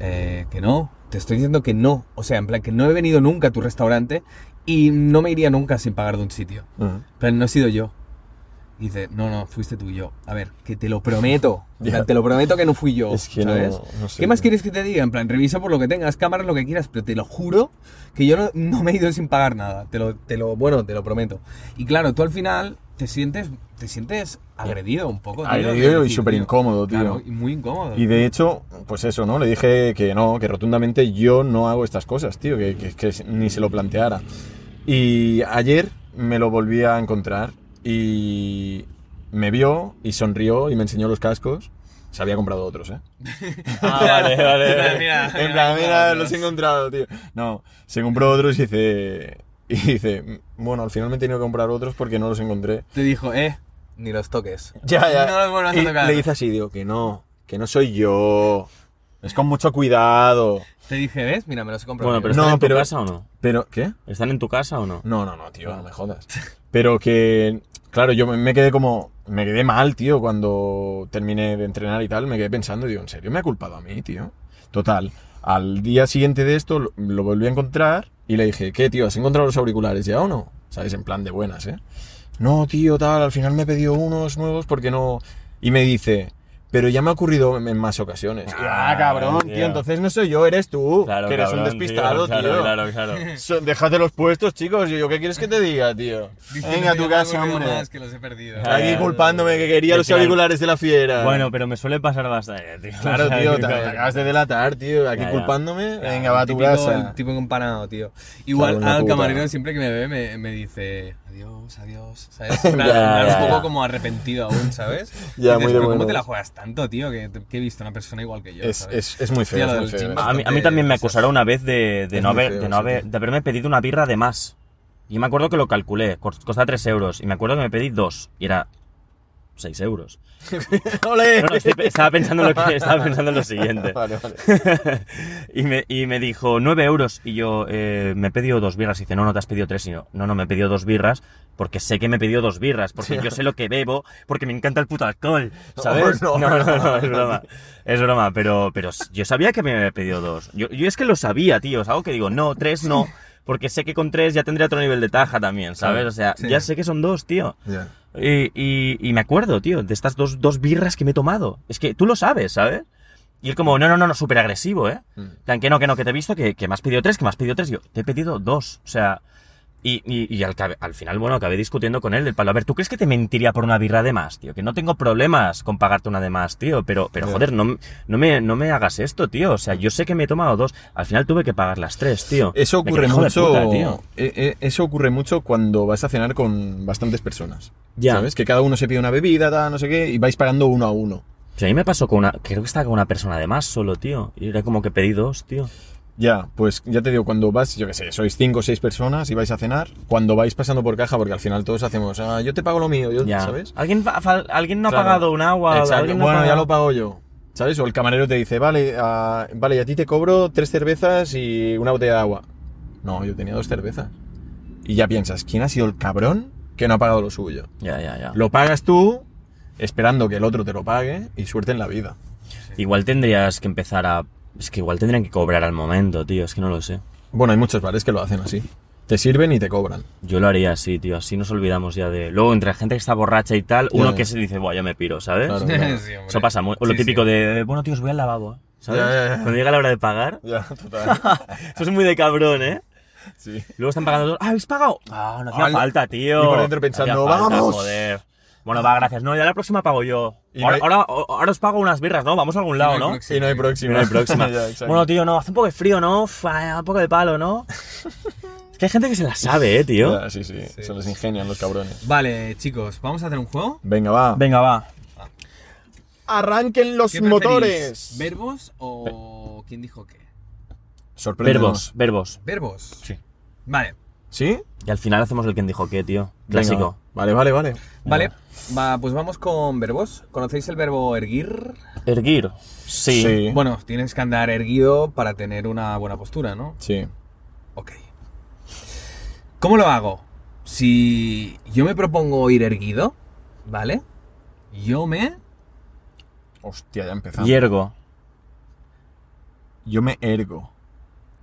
[SPEAKER 2] "Eh, que no, te estoy diciendo que no. O sea, en plan, que no he venido nunca a tu restaurante y no me iría nunca sin pagar de un sitio.
[SPEAKER 3] Mm.
[SPEAKER 2] Pero no he sido yo. Y dice, no, no, fuiste tú y yo. A ver, que te lo prometo. O sea,
[SPEAKER 3] Ya.
[SPEAKER 2] te lo prometo que no fui yo.
[SPEAKER 3] Es que no-
[SPEAKER 2] ¿sabes?
[SPEAKER 3] no sé,
[SPEAKER 2] ¿Qué más
[SPEAKER 3] tío.
[SPEAKER 2] quieres que te diga? En plan, revisa por lo que tengas, cámara, lo que quieras, pero te lo juro que yo no, no me he ido sin pagar nada. Te lo, te lo, bueno, te lo prometo. Y claro, tú al final te sientes, te sientes agredido un poco. tío,
[SPEAKER 3] Agredido
[SPEAKER 2] de
[SPEAKER 3] y
[SPEAKER 2] decir,
[SPEAKER 3] superincómodo, tío.
[SPEAKER 2] Claro, y muy incómodo. [laughs]
[SPEAKER 3] Y de hecho, pues eso, ¿no? Le dije que no, que rotundamente yo no hago estas cosas, tío, que, que- que ni se lo planteara. Y ayer me lo volví a encontrar y me vio y sonrió y me enseñó los cascos. Se había comprado otros, ¿eh?
[SPEAKER 1] Ah, vale,
[SPEAKER 3] [laughs]
[SPEAKER 1] vale.
[SPEAKER 2] Mira,
[SPEAKER 3] En plan, mira, los he encontrado, tío. No, se compró otros y dice, y dice, bueno, al final me he tenido que comprar otros porque no los encontré.
[SPEAKER 2] Te dijo, eh, ni los toques.
[SPEAKER 3] Ya, ya.
[SPEAKER 2] No los vuelvas a
[SPEAKER 3] Y
[SPEAKER 2] tocar.
[SPEAKER 3] Le dice así, digo, que no, que no soy yo. Es con mucho cuidado.
[SPEAKER 2] Te dije, ¿ves? Mira, me los he comprado.
[SPEAKER 1] Bueno,
[SPEAKER 2] yo".
[SPEAKER 1] pero
[SPEAKER 3] No,
[SPEAKER 1] ¿están en tu
[SPEAKER 3] pero-
[SPEAKER 1] casa o no?
[SPEAKER 3] Pero, ¿qué?
[SPEAKER 1] ¿Están en tu casa o no?
[SPEAKER 3] No, no, no, tío, no me jodas. Pero que, claro, yo me- me quedé como, me quedé mal, tío, cuando terminé de entrenar y tal, me quedé pensando, digo, ¿en serio me ha culpado a mí, tío? Total, al día siguiente de esto lo, lo volví a encontrar y le dije, ¿qué, tío? ¿Has encontrado los auriculares ya o no? ¿Sabes? En plan de buenas, ¿eh? No, tío, tal, al final me he pedido unos nuevos porque no... Y me dice, pero ya me ha ocurrido en en más ocasiones. Y, Ah,
[SPEAKER 1] Ah,
[SPEAKER 3] cabrón,
[SPEAKER 1] tío.
[SPEAKER 3] tío. entonces no soy yo, eres tú,
[SPEAKER 1] Claro,
[SPEAKER 3] que eres un
[SPEAKER 1] cabrón,
[SPEAKER 3] despistado, tío.
[SPEAKER 1] Claro, claro, claro.
[SPEAKER 3] [laughs] So- Déjate los puestos, chicos. Yo, yo, ¿qué quieres que te diga, tío?
[SPEAKER 2] Dice,
[SPEAKER 3] Venga a
[SPEAKER 2] "No, ya
[SPEAKER 3] tu
[SPEAKER 2] me he
[SPEAKER 3] casa,
[SPEAKER 2] ocurrido
[SPEAKER 3] hombre.
[SPEAKER 2] más que los he perdido.
[SPEAKER 3] Aquí culpándome que quería
[SPEAKER 1] Que
[SPEAKER 3] los
[SPEAKER 1] claro.
[SPEAKER 3] auriculares de la fiera.
[SPEAKER 1] Bueno, pero me suele pasar bastante, tío. [laughs]
[SPEAKER 3] claro,
[SPEAKER 1] O sea,
[SPEAKER 3] tío,
[SPEAKER 1] que-
[SPEAKER 3] te te acabas de delatar, tío. Aquí
[SPEAKER 1] Ya, ya.
[SPEAKER 3] culpándome,
[SPEAKER 2] Claro,
[SPEAKER 3] venga, va a tu
[SPEAKER 2] típico-
[SPEAKER 3] casa.
[SPEAKER 2] el Tipo comparado, tío. Igual
[SPEAKER 3] una
[SPEAKER 2] al
[SPEAKER 3] puta.
[SPEAKER 2] camarero siempre que me ve me, me dice adiós, adiós, ¿sabes?
[SPEAKER 3] [laughs]
[SPEAKER 2] En plan-
[SPEAKER 3] Ya,
[SPEAKER 2] en plan
[SPEAKER 1] ya,
[SPEAKER 2] un
[SPEAKER 1] ya.
[SPEAKER 2] poco como arrepentido aún, ¿sabes? Y
[SPEAKER 3] [laughs] Ya,
[SPEAKER 2] dices,
[SPEAKER 3] muy de
[SPEAKER 2] "Pero ¿Cómo
[SPEAKER 3] buenos".
[SPEAKER 2] te la juegas tanto, tío? Que, que he visto una persona igual que yo,
[SPEAKER 3] Es,
[SPEAKER 2] [laughs] ¿sabes?
[SPEAKER 3] es, es muy
[SPEAKER 2] Hostia,
[SPEAKER 3] feo.
[SPEAKER 2] lo
[SPEAKER 3] es
[SPEAKER 2] del
[SPEAKER 3] muy feo
[SPEAKER 2] gym
[SPEAKER 3] [laughs] esto.
[SPEAKER 1] A mí, a mí también me acusaron una vez de, de
[SPEAKER 3] Es
[SPEAKER 1] no,
[SPEAKER 3] muy
[SPEAKER 1] haber,
[SPEAKER 3] feo,
[SPEAKER 1] de, no
[SPEAKER 3] sí,
[SPEAKER 1] haber,
[SPEAKER 3] sí.
[SPEAKER 1] de haberme pedido una birra de más. Y me acuerdo que lo calculé, cost- costaba 3 euros. Y me acuerdo que me pedí 2 y era 6 euros.
[SPEAKER 3] ¡Ole!
[SPEAKER 1] No, no, estoy pe- estaba, pensando en lo que, estaba pensando en lo [laughs] siguiente.
[SPEAKER 3] Vale, vale.
[SPEAKER 1] y, me, y me dijo 9 euros. Y yo eh, me he pedido dos birras. Y dice, no, no te has pedido tres. Y yo, no, no, me he pedido dos birras porque sé que me he pedido dos birras. Porque yo sé lo que bebo. Porque me encanta el puto alcohol. ¿Sabes?
[SPEAKER 3] Oh, no.
[SPEAKER 1] no, no, no, es broma. Es broma, pero, pero s- yo sabía que me había pedido dos. Yo, yo es que lo sabía, tío. Es algo que digo, no, tres no. Porque sé que con tres ya tendría otro nivel de taja también, ¿sabes? O sea,
[SPEAKER 2] Sí.
[SPEAKER 1] ya sé que son dos, tío.
[SPEAKER 3] Ya.
[SPEAKER 1] Y, y- y me acuerdo, tío, de estas dos, dos birras que me he tomado. Es que tú lo sabes, ¿sabes? Y él como, no, no, no, no, súper agresivo, ¿eh?
[SPEAKER 3] Mm.
[SPEAKER 1] En plan, que no, que no, que te he visto, que, que me has pedido tres, que me has pedido tres. Y Yo, te he pedido dos. O sea, y, y- y al, cabe- al final, bueno, acabé discutiendo con él del palo. A ver, ¿tú crees que te mentiría por una birra de más, tío? Que no tengo problemas con pagarte una de más, tío. Pero, pero
[SPEAKER 3] Ya.
[SPEAKER 1] joder, no, m- no, me, no me hagas esto, tío. O sea, yo sé que me he tomado dos. Al final tuve que pagar las tres, tío.
[SPEAKER 3] Eso
[SPEAKER 1] Me
[SPEAKER 3] ocurre
[SPEAKER 1] quedé hijo de
[SPEAKER 3] mucho.
[SPEAKER 1] puta, tío.
[SPEAKER 3] eh, eh, eso ocurre mucho cuando vas a cenar con bastantes personas.
[SPEAKER 1] Ya.
[SPEAKER 3] ¿Sabes? Que cada uno se pide una bebida, tal, no sé qué, y vais pagando uno a uno.
[SPEAKER 1] O sea, a mí me pasó con una... Creo que estaba con una persona de más solo, tío. Y era como que pedí dos, tío.
[SPEAKER 3] Ya, pues ya te digo, cuando vas, yo qué sé, sois cinco o seis personas y vais a cenar, cuando vais pasando por caja, porque al final todos hacemos, ah, yo te pago lo mío, yo,
[SPEAKER 1] Ya.
[SPEAKER 3] ¿sabes?
[SPEAKER 1] ¿Alguien, fa- fa- ¿Alguien no
[SPEAKER 3] Claro.
[SPEAKER 1] ha pagado un agua?
[SPEAKER 3] Exacto.
[SPEAKER 1] ¿Alguien no ha
[SPEAKER 3] Bueno, ya
[SPEAKER 1] pagado?
[SPEAKER 3] lo pago yo, ¿sabes? O el camarero te dice, vale, ah, vale, y a ti te cobro tres cervezas y una botella de agua. No, yo tenía dos cervezas. Y ya piensas, ¿quién ha sido el cabrón que no ha pagado lo suyo?
[SPEAKER 1] Ya, ya, ya.
[SPEAKER 3] Lo pagas tú, esperando que el otro te lo pague, y suerte en la vida.
[SPEAKER 1] Igual tendrías que empezar a... Es que igual tendrían que cobrar al momento, tío. Es que no lo sé.
[SPEAKER 3] Bueno, hay muchos bares que lo hacen así. Te sirven y te cobran.
[SPEAKER 1] Yo lo haría así, tío. Así nos olvidamos ya de... Luego, entre gente que está borracha y tal,
[SPEAKER 3] Ya,
[SPEAKER 1] uno
[SPEAKER 3] ya.
[SPEAKER 1] que se dice, buah, ya me piro, ¿sabes?
[SPEAKER 3] Claro, claro.
[SPEAKER 2] Sí, hombre.
[SPEAKER 1] Eso pasa mucho. O lo
[SPEAKER 2] Sí,
[SPEAKER 1] típico
[SPEAKER 2] sí.
[SPEAKER 1] de, bueno, tíos, voy al lavabo, ¿eh?", ¿sabes?
[SPEAKER 3] Ya, ya, ya.
[SPEAKER 1] Cuando llega la hora de pagar...
[SPEAKER 3] Ya, total.
[SPEAKER 1] [laughs] Eso es muy de cabrón, ¿eh?
[SPEAKER 3] Sí.
[SPEAKER 1] Luego están pagando todos. ¡Ah, habéis pagado! ¡Ah, no hacía
[SPEAKER 3] Ah, no.
[SPEAKER 1] falta, tío!
[SPEAKER 3] Y por dentro
[SPEAKER 1] No hacía
[SPEAKER 3] pensando,
[SPEAKER 1] falta,
[SPEAKER 3] "Vamos".
[SPEAKER 1] joder. Bueno, va, gracias. No, ya la próxima pago yo.
[SPEAKER 3] Y no
[SPEAKER 1] Ahora,
[SPEAKER 3] hay-
[SPEAKER 1] ahora, ahora os pago unas birras, ¿no? Vamos a algún lado,
[SPEAKER 2] no hay
[SPEAKER 1] ¿no?
[SPEAKER 3] Y no hay próxima.
[SPEAKER 1] No hay próxima.
[SPEAKER 3] [laughs] Ya, exacto.
[SPEAKER 1] bueno, tío, no, hace un poco de frío, ¿no? Uf, ah, un poco de palo,
[SPEAKER 3] [laughs]
[SPEAKER 1] ¿no? es que hay gente que se la sabe, eh, tío.
[SPEAKER 3] Ya, sí, sí,
[SPEAKER 2] Sí.
[SPEAKER 3] Se les ingenian los cabrones.
[SPEAKER 2] Vale, chicos, ¿vamos a hacer un juego?
[SPEAKER 3] Venga, va.
[SPEAKER 1] Venga, va.
[SPEAKER 3] Arranquen los
[SPEAKER 2] ¿Qué preferís,
[SPEAKER 3] motores.
[SPEAKER 2] ¿Verbos o quién dijo qué?
[SPEAKER 1] Verbos,
[SPEAKER 3] Sorpréndenos.
[SPEAKER 1] verbos.
[SPEAKER 2] ¿Verbos?
[SPEAKER 1] Sí.
[SPEAKER 2] Vale,
[SPEAKER 3] ¿Sí?
[SPEAKER 1] Y al final hacemos el quien dijo qué, tío.
[SPEAKER 3] Venga,
[SPEAKER 1] Clásico.
[SPEAKER 3] va. Vale, vale, vale.
[SPEAKER 2] vale. Va, pues vamos con verbos. ¿Conocéis el verbo erguir?
[SPEAKER 1] Erguir. Sí.
[SPEAKER 3] Sí.
[SPEAKER 2] Bueno, tienes que andar erguido para tener una buena postura, ¿no?
[SPEAKER 3] Sí.
[SPEAKER 2] Ok. ¿Cómo lo hago? Si yo me propongo ir erguido, ¿vale? Yo me...
[SPEAKER 3] Hostia, ya empezamos.
[SPEAKER 1] Hiergo.
[SPEAKER 3] Yo me ergo.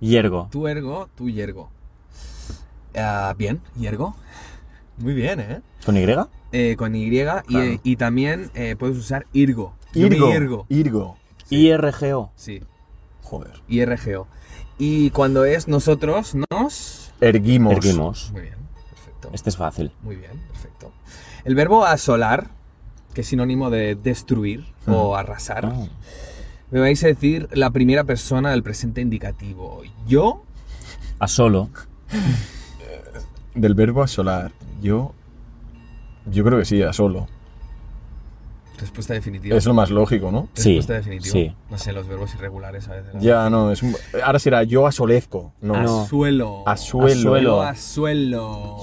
[SPEAKER 1] Hiergo.
[SPEAKER 2] Tú ergo, tú yergo. Ah, bien, yergo. [laughs] Muy bien, ¿eh?
[SPEAKER 1] ¿Con Y?
[SPEAKER 2] Eh, con Y y, y también eh, puedes usar irgo. Yo me irgo.
[SPEAKER 3] Irgo. Irgo.
[SPEAKER 1] IRGO.
[SPEAKER 2] Sí,
[SPEAKER 3] Joder.
[SPEAKER 2] IRGO. Y cuando es nosotros, nos...
[SPEAKER 3] Erguimos.
[SPEAKER 1] Erguimos.
[SPEAKER 2] Muy bien, perfecto.
[SPEAKER 1] Este es fácil.
[SPEAKER 2] Muy bien, perfecto. El verbo asolar, que es sinónimo de destruir o arrasar,
[SPEAKER 1] Ah.
[SPEAKER 2] me vais a decir la primera persona del presente indicativo. Yo,
[SPEAKER 1] A solo.
[SPEAKER 3] Del verbo asolar. Yo. Yo creo que sí, a solo.
[SPEAKER 2] respuesta definitiva.
[SPEAKER 3] Es lo más lógico, ¿no?
[SPEAKER 1] Sí,
[SPEAKER 2] Respuesta definitiva.
[SPEAKER 1] sí.
[SPEAKER 2] No sé, los verbos irregulares a veces.
[SPEAKER 3] Ya, no. Es un- Ahora será yo asolezco. No.
[SPEAKER 1] Ah, no.
[SPEAKER 2] Azuelo.
[SPEAKER 3] Azuelo.
[SPEAKER 1] Azuelo.
[SPEAKER 2] Yo Azuelo.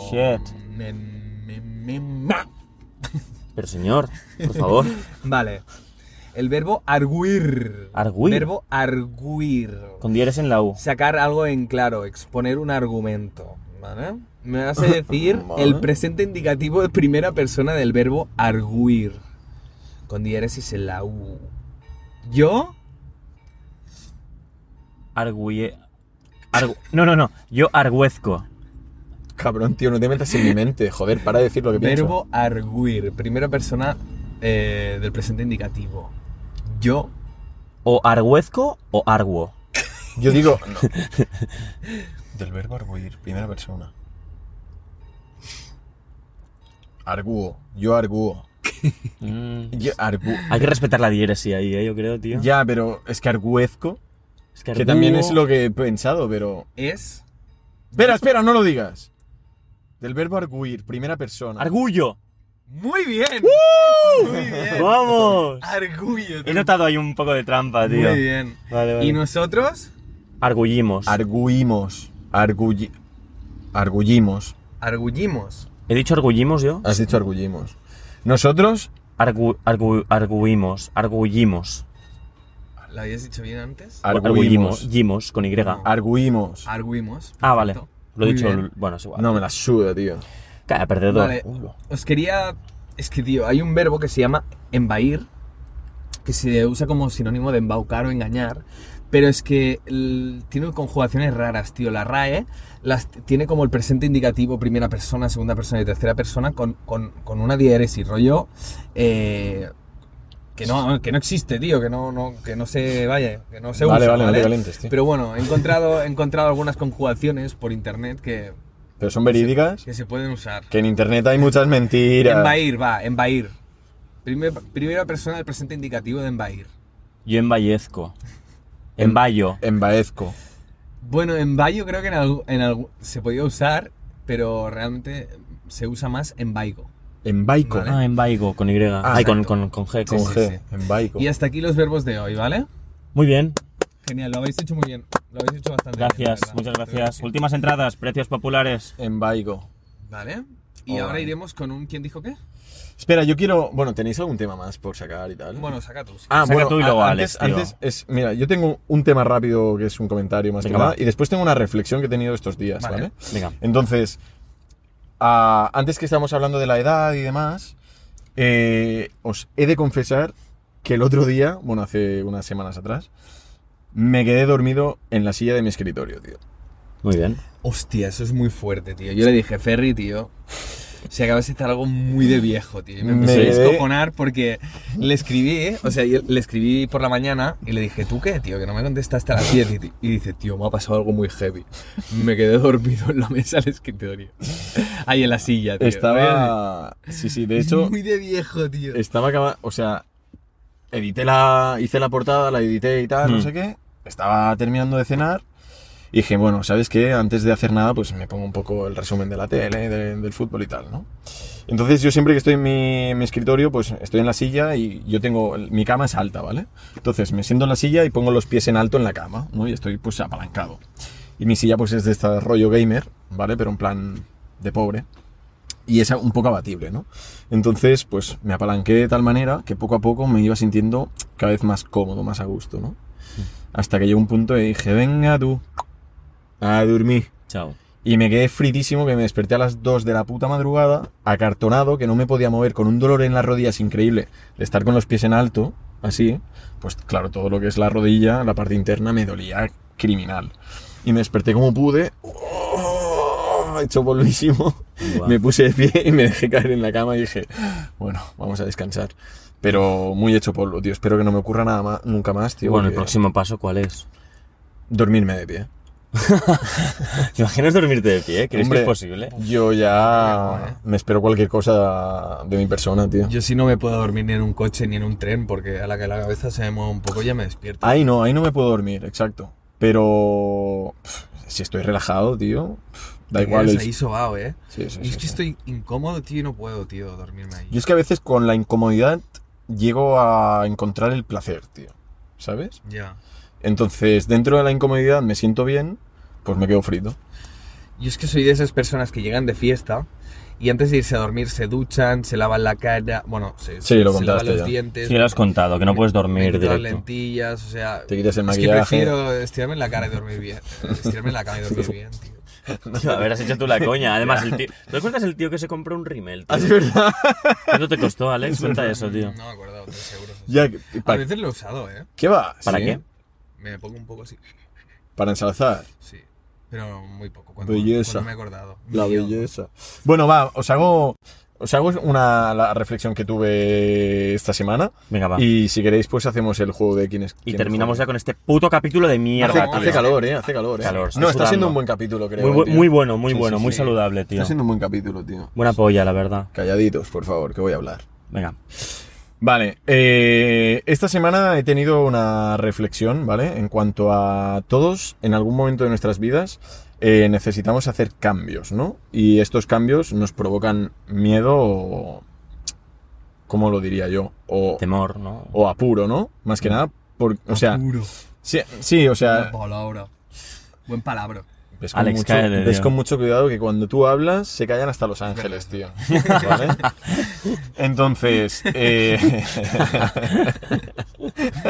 [SPEAKER 1] Shit.
[SPEAKER 2] Me- me- me- ma.
[SPEAKER 1] Pero señor, por
[SPEAKER 3] [laughs]
[SPEAKER 1] favor.
[SPEAKER 2] Vale. El verbo arguir.
[SPEAKER 1] Arguir.
[SPEAKER 2] Verbo arguir.
[SPEAKER 1] Con dieres en la U.
[SPEAKER 2] sacar algo en claro, exponer un argumento, ¿vale? Me hace
[SPEAKER 1] [laughs]
[SPEAKER 2] decir
[SPEAKER 3] Vale.
[SPEAKER 2] el presente indicativo de primera persona del verbo arguir, con diéresis en la U. Yo,
[SPEAKER 1] Arguye. argu- No, no, no. Yo argüezco.
[SPEAKER 3] Cabrón, tío, no te metas en mi mente. Joder, para de decir lo que pienso.
[SPEAKER 2] verbo arguir, primera persona eh, del presente indicativo. Yo,
[SPEAKER 1] O argüezco o arguo.
[SPEAKER 3] Yo digo. [laughs] no. Del verbo arguir, primera persona. Arguo. Yo arguo. Yo argu-
[SPEAKER 1] Hay que respetar la diéresis ahí, ¿eh? yo creo, tío.
[SPEAKER 3] Ya, pero es que arguezco.
[SPEAKER 1] Es que,
[SPEAKER 3] Que
[SPEAKER 1] arguo-
[SPEAKER 3] también es lo que he pensado, pero.
[SPEAKER 2] es,
[SPEAKER 3] Espera, espera, no lo digas. Del verbo arguir, primera persona.
[SPEAKER 1] Argullo.
[SPEAKER 2] muy bien, muy
[SPEAKER 1] [laughs]
[SPEAKER 2] bien,
[SPEAKER 1] ¡Vamos!
[SPEAKER 2] arguyo,
[SPEAKER 1] He notado ahí un poco de trampa,
[SPEAKER 2] muy
[SPEAKER 1] tío.
[SPEAKER 2] bien.
[SPEAKER 1] Vale, vale.
[SPEAKER 2] Y nosotros,
[SPEAKER 1] Argullimos.
[SPEAKER 3] Arguimos. Arguyi- Argullimos.
[SPEAKER 2] argullimos.
[SPEAKER 1] ¿He dicho argullimos yo?
[SPEAKER 3] Has dicho argullimos. Nosotros.
[SPEAKER 1] Argu, argu- arguimos. Argullimos.
[SPEAKER 2] ¿Lo habías dicho bien antes?
[SPEAKER 1] Ah.
[SPEAKER 3] Arguimos.
[SPEAKER 1] Gimos con Y.
[SPEAKER 2] No.
[SPEAKER 3] Arguimos.
[SPEAKER 2] Arguimos.
[SPEAKER 1] Ah, vale.
[SPEAKER 2] perfecto.
[SPEAKER 1] Lo he
[SPEAKER 2] Muy
[SPEAKER 1] dicho.
[SPEAKER 2] bien.
[SPEAKER 1] Bueno, es igual.
[SPEAKER 3] No me la suda, tío.
[SPEAKER 1] Calla, perdedor.
[SPEAKER 2] Vale. Os quería. Es que, tío, hay un verbo que se llama embaír, que se usa como sinónimo de embaucar o engañar, pero es que el- tiene conjugaciones raras, tío. La RAE las t- tiene como el presente indicativo, primera persona, segunda persona y tercera persona, con, con- con una diéresis, rollo. eh, que no, que no existe, tío, que no, no, que no se vaya, que no se
[SPEAKER 3] vale,
[SPEAKER 2] usa,
[SPEAKER 3] vale, no te calientes, tío.
[SPEAKER 2] Pero
[SPEAKER 3] Pero,
[SPEAKER 2] bueno, he encontrado, he encontrado algunas conjugaciones por internet que,
[SPEAKER 3] son verídicas.
[SPEAKER 2] que se pueden usar.
[SPEAKER 3] Que en internet hay muchas mentiras.
[SPEAKER 2] Envair, va, envair. Primer- primera persona del presente indicativo de envair.
[SPEAKER 1] Yo emballezco. Emballo.
[SPEAKER 3] Embaezco.
[SPEAKER 2] Bueno, envayo creo que en algu- en algu- se podía usar, pero realmente se usa más envaigo.
[SPEAKER 3] Embaico.
[SPEAKER 2] Vale.
[SPEAKER 1] Ah, embaigo con Y. Ay, con, con, con G.
[SPEAKER 3] ¿eh? Con
[SPEAKER 1] con
[SPEAKER 2] sí,
[SPEAKER 1] G.
[SPEAKER 3] G.
[SPEAKER 2] sí.
[SPEAKER 3] Embaico.
[SPEAKER 2] Y hasta aquí los verbos de hoy, ¿vale?
[SPEAKER 1] Muy bien.
[SPEAKER 2] Genial, lo habéis hecho muy bien. Lo habéis hecho bastante bien.
[SPEAKER 1] Gracias,
[SPEAKER 2] la verdad.
[SPEAKER 1] muchas
[SPEAKER 2] Te voy a
[SPEAKER 1] gracias.
[SPEAKER 2] decir.
[SPEAKER 1] Últimas entradas, precios populares.
[SPEAKER 3] Embaico.
[SPEAKER 2] Vale. Y
[SPEAKER 3] Hola.
[SPEAKER 2] ahora iremos con un ¿Quién dijo qué?
[SPEAKER 3] Espera, yo quiero. Bueno, ¿tenéis algún tema más por sacar y tal?
[SPEAKER 2] Bueno, saca tú. sí.
[SPEAKER 3] Ah,
[SPEAKER 1] Saca tú y
[SPEAKER 3] a-
[SPEAKER 1] luego
[SPEAKER 3] antes,
[SPEAKER 1] Alex, tío.
[SPEAKER 3] antes es, mira, yo tengo un tema rápido que es un comentario más
[SPEAKER 1] Venga,
[SPEAKER 3] que nada,
[SPEAKER 1] va.
[SPEAKER 3] y después tengo una reflexión que he tenido estos días,
[SPEAKER 2] Vale.
[SPEAKER 3] ¿vale?
[SPEAKER 1] Venga.
[SPEAKER 3] Entonces, ah, antes que estamos hablando de la edad y demás, eh, os he de confesar que el otro día, bueno, hace unas semanas atrás, me quedé dormido en la silla de mi escritorio, tío.
[SPEAKER 1] Muy bien.
[SPEAKER 2] Hostia, eso es muy fuerte, tío. Yo le dije, Ferry, tío, si acabas de estar algo muy de viejo, tío. Y me empecé
[SPEAKER 1] Me
[SPEAKER 2] a
[SPEAKER 3] quedé-
[SPEAKER 2] descojonar porque le escribí, o sea, yo le escribí por la mañana y le dije, ¿tú qué, tío? Que no me contestaste a las 10. Y, ti- y dice, tío, me ha pasado algo muy heavy. Me quedé dormido en la mesa del escritorio. ahí en la silla, tío.
[SPEAKER 3] Estaba. Sí, sí, de
[SPEAKER 2] Es
[SPEAKER 3] [laughs] hecho,
[SPEAKER 2] muy de viejo, tío.
[SPEAKER 3] estaba acaba- O sea, edité la. Hice la portada, la edité y tal,
[SPEAKER 1] Mm.
[SPEAKER 3] no sé qué. Estaba terminando de cenar. Y dije, bueno, ¿sabes qué? Antes de hacer nada, pues me pongo un poco el resumen de la tele, de- del fútbol y tal, ¿no? Entonces yo siempre que estoy en mi, mi escritorio, pues estoy en la silla y yo tengo, mi cama es alta, ¿vale? Entonces me siento en la silla y pongo los pies en alto en la cama, ¿no? Y estoy pues apalancado. Y mi silla pues es de este rollo gamer, ¿vale? Pero en plan de pobre. Y es un poco abatible, ¿no? Entonces pues me apalanqué de tal manera que poco a poco me iba sintiendo cada vez más cómodo, más a gusto, ¿no? Hasta que llegó un punto y dije, venga tú, a dormir.
[SPEAKER 1] Chao.
[SPEAKER 3] Y me quedé fritísimo que me desperté a las 2 de la puta madrugada, acartonado, que no me podía mover, con un dolor en las rodillas increíble, de estar con los pies en alto, así, pues claro, todo lo que es la rodilla, la parte interna, me dolía criminal. Y me desperté como pude, ¡oh! hecho polvísimo,
[SPEAKER 1] Guau.
[SPEAKER 3] me puse de pie y me dejé caer en la cama y dije, bueno, vamos a descansar. Pero muy hecho polvo, tío, espero que no me ocurra nada más, nunca más, tío.
[SPEAKER 1] bueno, el
[SPEAKER 3] porque
[SPEAKER 1] próximo paso, ¿cuál es?
[SPEAKER 3] Dormirme de pie.
[SPEAKER 1] ¿Te imaginas dormirte de pie? ¿Crees
[SPEAKER 3] Hombre,
[SPEAKER 1] que es posible?
[SPEAKER 3] Yo
[SPEAKER 2] Cago, ¿eh?
[SPEAKER 3] ya me espero cualquier cosa de mi persona, tío.
[SPEAKER 2] Yo sí no me puedo dormir ni en un coche ni en un tren porque a la que la cabeza se me mueve un poco ya me despierto.
[SPEAKER 3] Ahí no, ahí no me puedo dormir, exacto. Pero pf, si estoy relajado, tío, pf, da
[SPEAKER 2] Te
[SPEAKER 3] igual.
[SPEAKER 2] quedas
[SPEAKER 3] el-
[SPEAKER 2] ahí sobao, eh.
[SPEAKER 3] Sí, sí,
[SPEAKER 2] Yo es
[SPEAKER 3] sí,
[SPEAKER 2] que
[SPEAKER 3] sí.
[SPEAKER 2] estoy incómodo, tío, y no puedo, tío, dormirme ahí.
[SPEAKER 3] Yo es que a veces con la incomodidad llego a encontrar el placer, tío. ¿Sabes?
[SPEAKER 2] Ya.
[SPEAKER 3] Entonces, dentro de la incomodidad me siento bien, pues me
[SPEAKER 2] [laughs]
[SPEAKER 3] quedo frito.
[SPEAKER 2] Yo es que soy de esas personas que llegan de fiesta y antes de irse a dormir se duchan, se lavan la cara, bueno, se,
[SPEAKER 3] Sí, lo
[SPEAKER 2] se lavan
[SPEAKER 3] contaste
[SPEAKER 2] los
[SPEAKER 3] ya.
[SPEAKER 2] dientes.
[SPEAKER 1] Sí, lo has contado, que no puedes dormir
[SPEAKER 2] me quito las
[SPEAKER 1] directo.
[SPEAKER 2] lentillas, o sea...
[SPEAKER 3] Te quitas el
[SPEAKER 2] es que
[SPEAKER 3] maquillaje.
[SPEAKER 2] prefiero estirarme en la cara y dormir bien. Estirarme en la cama y dormir bien, tío.
[SPEAKER 3] [laughs]
[SPEAKER 1] Tío, a ver, has hecho tú [laughs] la coña. Además, el tío... ¿Te acuerdas el tío que se compró un rímel? tío?
[SPEAKER 3] Ah, es verdad.
[SPEAKER 1] ¿Cuánto te costó, [laughs] Alex? Cuenta eso, tío.
[SPEAKER 2] No me acuerdo, 3 euros. o sea.
[SPEAKER 3] Ya,
[SPEAKER 2] A
[SPEAKER 3] pa-
[SPEAKER 2] veces lo he usado, ¿eh?
[SPEAKER 3] ¿Qué va?
[SPEAKER 1] ¿Para
[SPEAKER 3] Sí,
[SPEAKER 1] qué?
[SPEAKER 2] Me pongo un poco así.
[SPEAKER 3] Para ensalzar.
[SPEAKER 2] Sí. Pero muy poco. Cuando,
[SPEAKER 3] Belleza.
[SPEAKER 2] cuando me he acordado.
[SPEAKER 3] La
[SPEAKER 2] Mío.
[SPEAKER 3] belleza. Bueno, va, os hago, os hago una la reflexión que tuve esta semana.
[SPEAKER 1] Venga, va. Y,
[SPEAKER 3] Y si queréis, pues hacemos el juego de quién es. quién
[SPEAKER 1] terminamos ya
[SPEAKER 3] juega.
[SPEAKER 1] con este puto capítulo de
[SPEAKER 3] Hace,
[SPEAKER 1] mierda.
[SPEAKER 2] Hace-
[SPEAKER 1] tío.
[SPEAKER 3] hace calor, eh, hace calor. eh.
[SPEAKER 1] Calor, estoy
[SPEAKER 3] no, está
[SPEAKER 1] sudando.
[SPEAKER 3] siendo un buen capítulo, creo. eh,
[SPEAKER 1] muy, bu-
[SPEAKER 3] tío.
[SPEAKER 1] muy bueno, muy
[SPEAKER 3] Sí, sí,
[SPEAKER 1] bueno, muy
[SPEAKER 3] sí.
[SPEAKER 1] saludable, tío.
[SPEAKER 3] Está siendo un buen capítulo, tío.
[SPEAKER 1] Buena polla, la verdad.
[SPEAKER 3] Calladitos, por favor, que voy a hablar.
[SPEAKER 1] Venga.
[SPEAKER 3] Vale, eh, esta semana he tenido una reflexión, ¿vale? En cuanto a todos, en algún momento de nuestras vidas, eh, necesitamos hacer cambios, ¿no? Y estos cambios nos provocan miedo o... ¿Cómo lo diría yo? O,
[SPEAKER 1] [laughs] Temor, ¿no?
[SPEAKER 3] o apuro, ¿no? Más que nada, por, o sea...
[SPEAKER 2] Apuro.
[SPEAKER 3] Sí, sí, o sea...
[SPEAKER 2] Buena palabra. Buen palabra.
[SPEAKER 3] Ves con,
[SPEAKER 1] Alex,
[SPEAKER 3] mucho,
[SPEAKER 1] cállate,
[SPEAKER 3] ves
[SPEAKER 1] tío.
[SPEAKER 3] con mucho cuidado que cuando tú hablas se callan hasta Los Ángeles, tío.
[SPEAKER 1] [laughs]
[SPEAKER 3] ¿Vale? Entonces. eh, [laughs]
[SPEAKER 1] [laughs]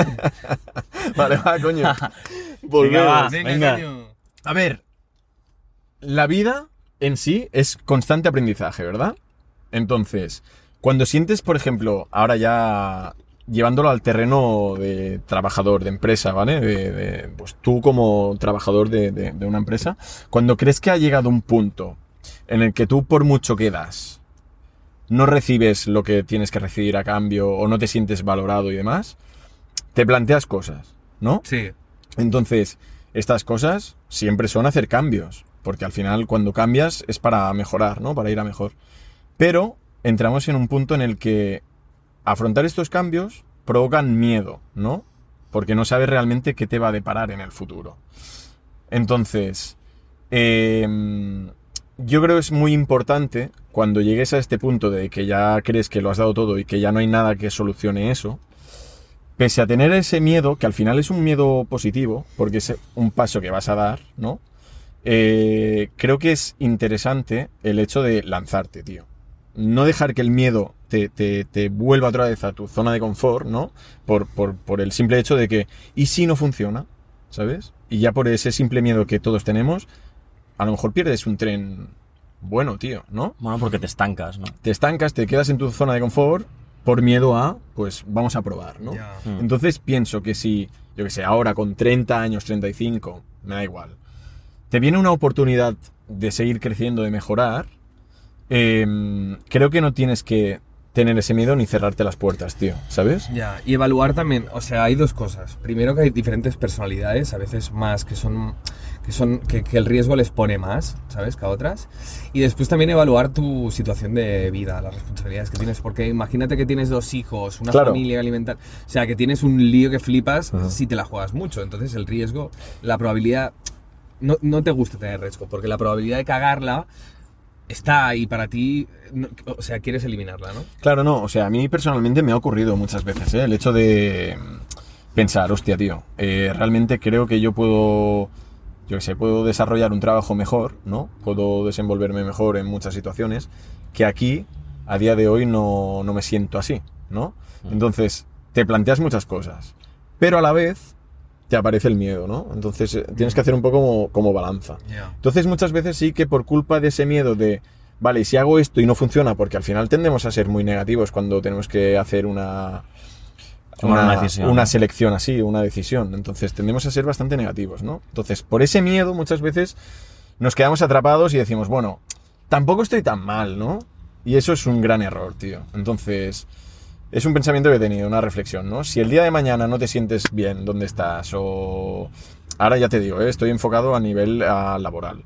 [SPEAKER 3] vale, va, coño.
[SPEAKER 1] va.
[SPEAKER 3] Volvemos.
[SPEAKER 1] Venga,
[SPEAKER 2] Venga,
[SPEAKER 1] venga.
[SPEAKER 2] coño.
[SPEAKER 3] A ver, la vida en sí es constante aprendizaje, ¿verdad? Entonces, cuando sientes, por ejemplo, ahora ya llevándolo al terreno de trabajador, de empresa, ¿vale? De- de- pues tú como trabajador de, de- de una empresa, cuando crees que ha llegado un punto en el que tú por mucho que das, no recibes lo que tienes que recibir a cambio o no te sientes valorado y demás, te planteas cosas, ¿no?
[SPEAKER 2] Sí.
[SPEAKER 3] Entonces, estas cosas siempre son hacer cambios, porque al final cuando cambias es para mejorar, ¿no? Para ir a mejor. Pero entramos en un punto en el que afrontar estos cambios provocan miedo, ¿no? Porque no sabes realmente qué te va a deparar en el futuro. Entonces, em, yo creo que es muy importante cuando llegues a este punto de que ya crees que lo has dado todo y que ya no hay nada que solucione eso, pese a tener ese miedo, que al final es un miedo positivo, porque es un paso que vas a dar, ¿no? Eh, creo que es interesante el hecho de lanzarte, tío. No dejar que el miedo te, te- te vuelva otra vez a tu zona de confort, ¿no? Por, por- por el simple hecho de que, ¿y si no funciona? ¿Sabes? Y ya por ese simple miedo que todos tenemos, a lo mejor pierdes un tren bueno, tío, ¿no?
[SPEAKER 1] Bueno, porque te estancas, ¿no?
[SPEAKER 3] Te estancas, te quedas en tu zona de confort por miedo a, pues vamos a probar, ¿no?
[SPEAKER 2] Ya.
[SPEAKER 1] Mm.
[SPEAKER 3] Entonces pienso que si, yo que sé, ahora con 30 años, 35, me da igual, te viene una oportunidad de seguir creciendo, de mejorar, em, creo que no tienes que tener ese miedo ni cerrarte las puertas, tío, ¿sabes?
[SPEAKER 2] Ya, y evaluar también, o sea, hay dos cosas. Primero que hay diferentes personalidades, a veces más que son que son que, que el riesgo les pone más, ¿sabes? que a otras. Y después también evaluar tu situación de vida, las responsabilidades que tienes, porque imagínate que tienes dos hijos, una
[SPEAKER 3] Claro.
[SPEAKER 2] familia que alimentar, o sea, que tienes un lío que flipas
[SPEAKER 3] Ajá.
[SPEAKER 2] si te la juegas mucho, entonces el riesgo, la probabilidad no, no te gusta tener riesgo, porque la probabilidad de cagarla está ahí para ti, no- o sea, quieres eliminarla, ¿no?
[SPEAKER 3] Claro, no, o sea, a mí personalmente me ha ocurrido muchas veces, ¿eh? El hecho de pensar, hostia, tío, eh, realmente creo que yo puedo, yo qué sé, puedo desarrollar un trabajo mejor, ¿no? Puedo desenvolverme mejor en muchas situaciones, que aquí, a día de hoy, no, no me siento así, ¿no? Entonces, te planteas muchas cosas, pero a la vez te aparece el miedo, ¿no? Entonces, eh, tienes que hacer un poco como, como balanza. Entonces muchas veces sí que por culpa de ese miedo de, vale, y si hago esto y no funciona, porque al final tendemos a ser muy negativos cuando tenemos que hacer una...
[SPEAKER 1] Tomar una decisión.
[SPEAKER 3] una selección así, una decisión. Entonces tendemos a ser bastante negativos, ¿no? Entonces, por ese miedo muchas veces nos quedamos atrapados y decimos, bueno, tampoco estoy tan mal, ¿no? Y eso es un gran error, tío. Entonces, es un pensamiento que he tenido, una reflexión, ¿no? Si el día de mañana no te sientes bien donde estás o... Ahora ya te digo, ¿eh? estoy enfocado a nivel ah, laboral.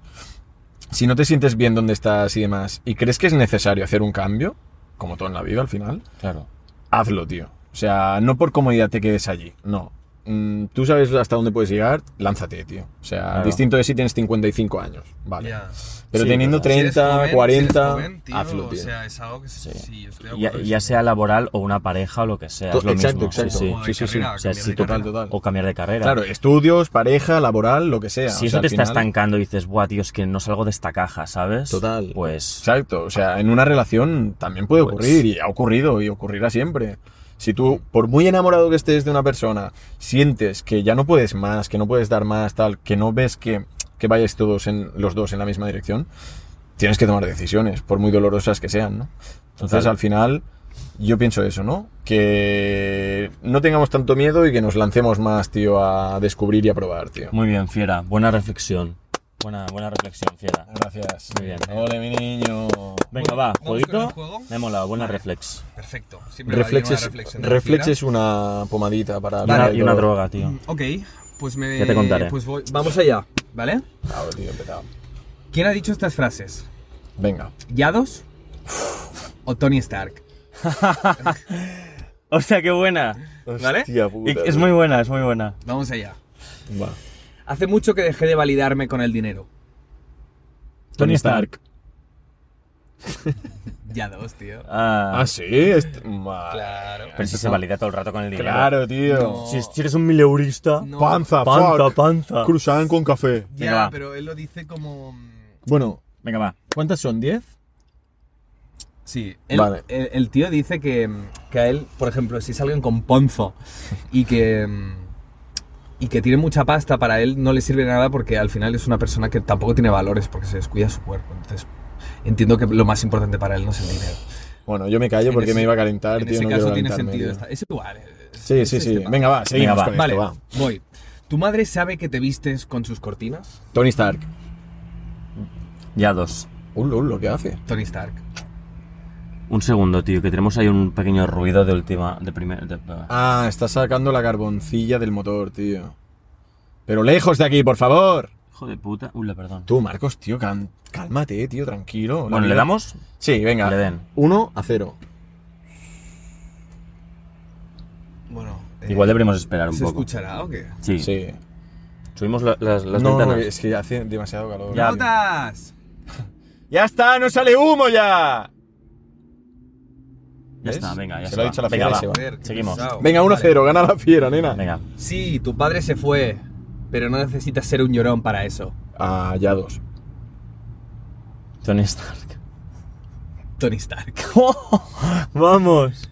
[SPEAKER 3] Si no te sientes bien donde estás y demás, y crees que es necesario hacer un cambio, como todo en la vida al final,
[SPEAKER 1] Mm, Claro.
[SPEAKER 3] hazlo, tío. O sea, no por comodidad te quedes allí, no. Mm, tú sabes hasta dónde puedes llegar, lánzate, tío. O sea,
[SPEAKER 1] Claro.
[SPEAKER 3] distinto de si tienes 55 años, ¿vale?
[SPEAKER 2] Ya.
[SPEAKER 3] Pero
[SPEAKER 1] Sí,
[SPEAKER 3] teniendo
[SPEAKER 1] verdad.
[SPEAKER 2] Si eres
[SPEAKER 3] 30,
[SPEAKER 2] joven, si eres
[SPEAKER 3] 40,
[SPEAKER 2] joven, tío,
[SPEAKER 3] hazlo, tío.
[SPEAKER 2] O sea, es algo que sí, yo estoy de
[SPEAKER 1] Ya,
[SPEAKER 2] acuerdo.
[SPEAKER 1] ya sea laboral o una pareja o lo que sea.
[SPEAKER 3] To-
[SPEAKER 1] es lo
[SPEAKER 3] exacto,
[SPEAKER 1] mismo.
[SPEAKER 3] exacto.
[SPEAKER 1] Sí,
[SPEAKER 2] O
[SPEAKER 1] sí.
[SPEAKER 2] de
[SPEAKER 3] sí,
[SPEAKER 2] carrera,
[SPEAKER 3] sí.
[SPEAKER 1] O sea,
[SPEAKER 2] cambiar
[SPEAKER 1] sí,
[SPEAKER 2] de
[SPEAKER 1] total,
[SPEAKER 2] carrera.
[SPEAKER 3] total.
[SPEAKER 1] O cambiar de carrera.
[SPEAKER 3] Claro, estudios, pareja, laboral, lo que sea.
[SPEAKER 1] Si
[SPEAKER 3] O
[SPEAKER 1] eso
[SPEAKER 3] sea,
[SPEAKER 1] te
[SPEAKER 3] al
[SPEAKER 1] está
[SPEAKER 3] final-
[SPEAKER 1] estancando y dices, buah, tío, es que no salgo de esta caja, ¿sabes?
[SPEAKER 3] Total.
[SPEAKER 1] Pues.
[SPEAKER 3] Exacto, o sea, en una relación también puede
[SPEAKER 1] Pues-
[SPEAKER 3] ocurrir y ha ocurrido y ocurrirá siempre. Si tú, por muy enamorado que estés de una persona, sientes que ya no puedes más, que no puedes dar más, tal, que no ves que, que vayáis todos en, los dos en la misma dirección, tienes que tomar decisiones, por muy dolorosas que sean, ¿no? Entonces,
[SPEAKER 1] Total.
[SPEAKER 3] al final, yo pienso eso, ¿no? Que no tengamos tanto miedo y que nos lancemos más, tío, a descubrir y a probar, tío.
[SPEAKER 1] Muy bien, fiera. Buena reflexión. Buena, buena reflexión, fiera.
[SPEAKER 3] Gracias.
[SPEAKER 1] Muy bien.
[SPEAKER 3] Ole, mi niño.
[SPEAKER 1] Venga, va,
[SPEAKER 2] Bueno, ¿vamos con
[SPEAKER 1] jueguito.
[SPEAKER 2] el juego?
[SPEAKER 1] Me ha molado, buena reflex.
[SPEAKER 2] Perfecto. Siempre va bien
[SPEAKER 3] Reflex
[SPEAKER 2] una
[SPEAKER 3] es,
[SPEAKER 2] reflexión de la
[SPEAKER 3] Reflex
[SPEAKER 2] fibra.
[SPEAKER 3] es una pomadita para...
[SPEAKER 1] Y
[SPEAKER 3] para
[SPEAKER 1] una,
[SPEAKER 3] el
[SPEAKER 1] y una
[SPEAKER 3] dolor.
[SPEAKER 1] droga,
[SPEAKER 2] [laughs]
[SPEAKER 1] tío.
[SPEAKER 2] Ok, pues me.
[SPEAKER 1] Ya te contaré.
[SPEAKER 2] Pues voy- Vamos allá, ¿vale?
[SPEAKER 3] Claro, tío, petado.
[SPEAKER 2] ¿Quién ha dicho estas frases?
[SPEAKER 3] Venga.
[SPEAKER 2] ¿Yados o Tony Stark?
[SPEAKER 1] Hostia, qué buena.
[SPEAKER 2] ¿Vale?
[SPEAKER 3] Hostia
[SPEAKER 1] Y-
[SPEAKER 3] puta,
[SPEAKER 1] es
[SPEAKER 3] tío.
[SPEAKER 1] muy buena, es muy buena.
[SPEAKER 2] Vamos allá.
[SPEAKER 3] Va.
[SPEAKER 2] Hace mucho que dejé de validarme con el dinero.
[SPEAKER 1] Tony Stark.
[SPEAKER 2] Yados, tío.
[SPEAKER 1] Ah,
[SPEAKER 3] Ah, sí. Est- Ma-
[SPEAKER 2] Claro.
[SPEAKER 1] pero si se valida todo el rato con el dinero.
[SPEAKER 3] Claro, tío.
[SPEAKER 2] No.
[SPEAKER 1] Si, si eres un mileurista.
[SPEAKER 2] No.
[SPEAKER 3] Panza,
[SPEAKER 1] Panza,
[SPEAKER 3] fuck.
[SPEAKER 1] panza.
[SPEAKER 3] Cruzan con café.
[SPEAKER 2] Ya,
[SPEAKER 1] Venga, va.
[SPEAKER 2] pero él lo dice como. mm,
[SPEAKER 3] Bueno,
[SPEAKER 1] Venga, va.
[SPEAKER 3] ¿cuántas son? ¿10?
[SPEAKER 2] Sí, él-
[SPEAKER 3] Vale.
[SPEAKER 2] el, el tío dice que, mm, que a él, por ejemplo, si salgan con Ponzo y que, mm, y que tiene mucha pasta, para él no le sirve nada porque al final es una persona que tampoco tiene valores porque se descuida su cuerpo. Entonces, entiendo que lo más importante para él no es el dinero.
[SPEAKER 3] Bueno, yo me callo
[SPEAKER 2] En
[SPEAKER 3] porque
[SPEAKER 2] ese-
[SPEAKER 3] me iba a calentar,
[SPEAKER 2] en
[SPEAKER 3] tío.
[SPEAKER 2] ese
[SPEAKER 3] no
[SPEAKER 2] caso
[SPEAKER 3] quiero
[SPEAKER 2] tiene
[SPEAKER 3] calentarme,
[SPEAKER 2] sentido.
[SPEAKER 3] tío.
[SPEAKER 2] esta- es igual. es-
[SPEAKER 3] Sí,
[SPEAKER 2] es
[SPEAKER 3] sí,
[SPEAKER 2] este
[SPEAKER 3] sí.
[SPEAKER 2] tema.
[SPEAKER 3] Venga, va, seguimos
[SPEAKER 1] va.
[SPEAKER 3] con
[SPEAKER 2] Vale,
[SPEAKER 3] esto, va.
[SPEAKER 2] voy. ¿Tu madre sabe que te vistes con sus cortinas?
[SPEAKER 3] Tony Stark.
[SPEAKER 1] Ya dos.
[SPEAKER 3] Ulo, ulo, ¿qué hace?
[SPEAKER 2] Tony Stark.
[SPEAKER 1] Un segundo, tío, que tenemos ahí un pequeño ruido de última. De primer, de-
[SPEAKER 3] Ah, está sacando la carboncilla del motor, tío. Pero lejos de aquí, por favor.
[SPEAKER 1] Hijo de puta. Uy, la perdón.
[SPEAKER 3] Tú, Marcos, tío, can- cálmate, tío, tranquilo. La
[SPEAKER 1] Bueno, ¿le
[SPEAKER 3] vida-
[SPEAKER 1] damos?
[SPEAKER 3] Sí, venga.
[SPEAKER 1] Le den.
[SPEAKER 3] 1 a 0.
[SPEAKER 2] Bueno, eh,
[SPEAKER 1] Igual deberíamos esperar un
[SPEAKER 2] ¿se
[SPEAKER 1] poco.
[SPEAKER 2] escuchará o qué?
[SPEAKER 1] Sí.
[SPEAKER 3] Sí.
[SPEAKER 1] Subimos la- las, las
[SPEAKER 3] no,
[SPEAKER 1] ventanas.
[SPEAKER 3] es que hace demasiado calor.
[SPEAKER 1] Ya.
[SPEAKER 2] ¡Notas!
[SPEAKER 3] ¡Ya está, no sale humo ya.
[SPEAKER 1] Ya
[SPEAKER 3] ¿Ves?
[SPEAKER 1] está, venga, ya
[SPEAKER 3] Se
[SPEAKER 1] se
[SPEAKER 3] lo ha
[SPEAKER 1] va.
[SPEAKER 3] dicho la
[SPEAKER 1] Venga,
[SPEAKER 3] fiera y
[SPEAKER 1] va.
[SPEAKER 3] se va.
[SPEAKER 2] Joder, qué
[SPEAKER 1] Seguimos.
[SPEAKER 2] pesado.
[SPEAKER 3] Venga, 1 a
[SPEAKER 2] Vale.
[SPEAKER 3] 0, gana la fiera, nena.
[SPEAKER 1] Venga.
[SPEAKER 2] Sí, tu padre se fue, pero no necesitas ser un llorón para eso.
[SPEAKER 3] Ah, ya dos.
[SPEAKER 1] Tony
[SPEAKER 3] [laughs]
[SPEAKER 1] Stark.
[SPEAKER 2] Tony Stark.
[SPEAKER 3] Uh,
[SPEAKER 1] Vamos.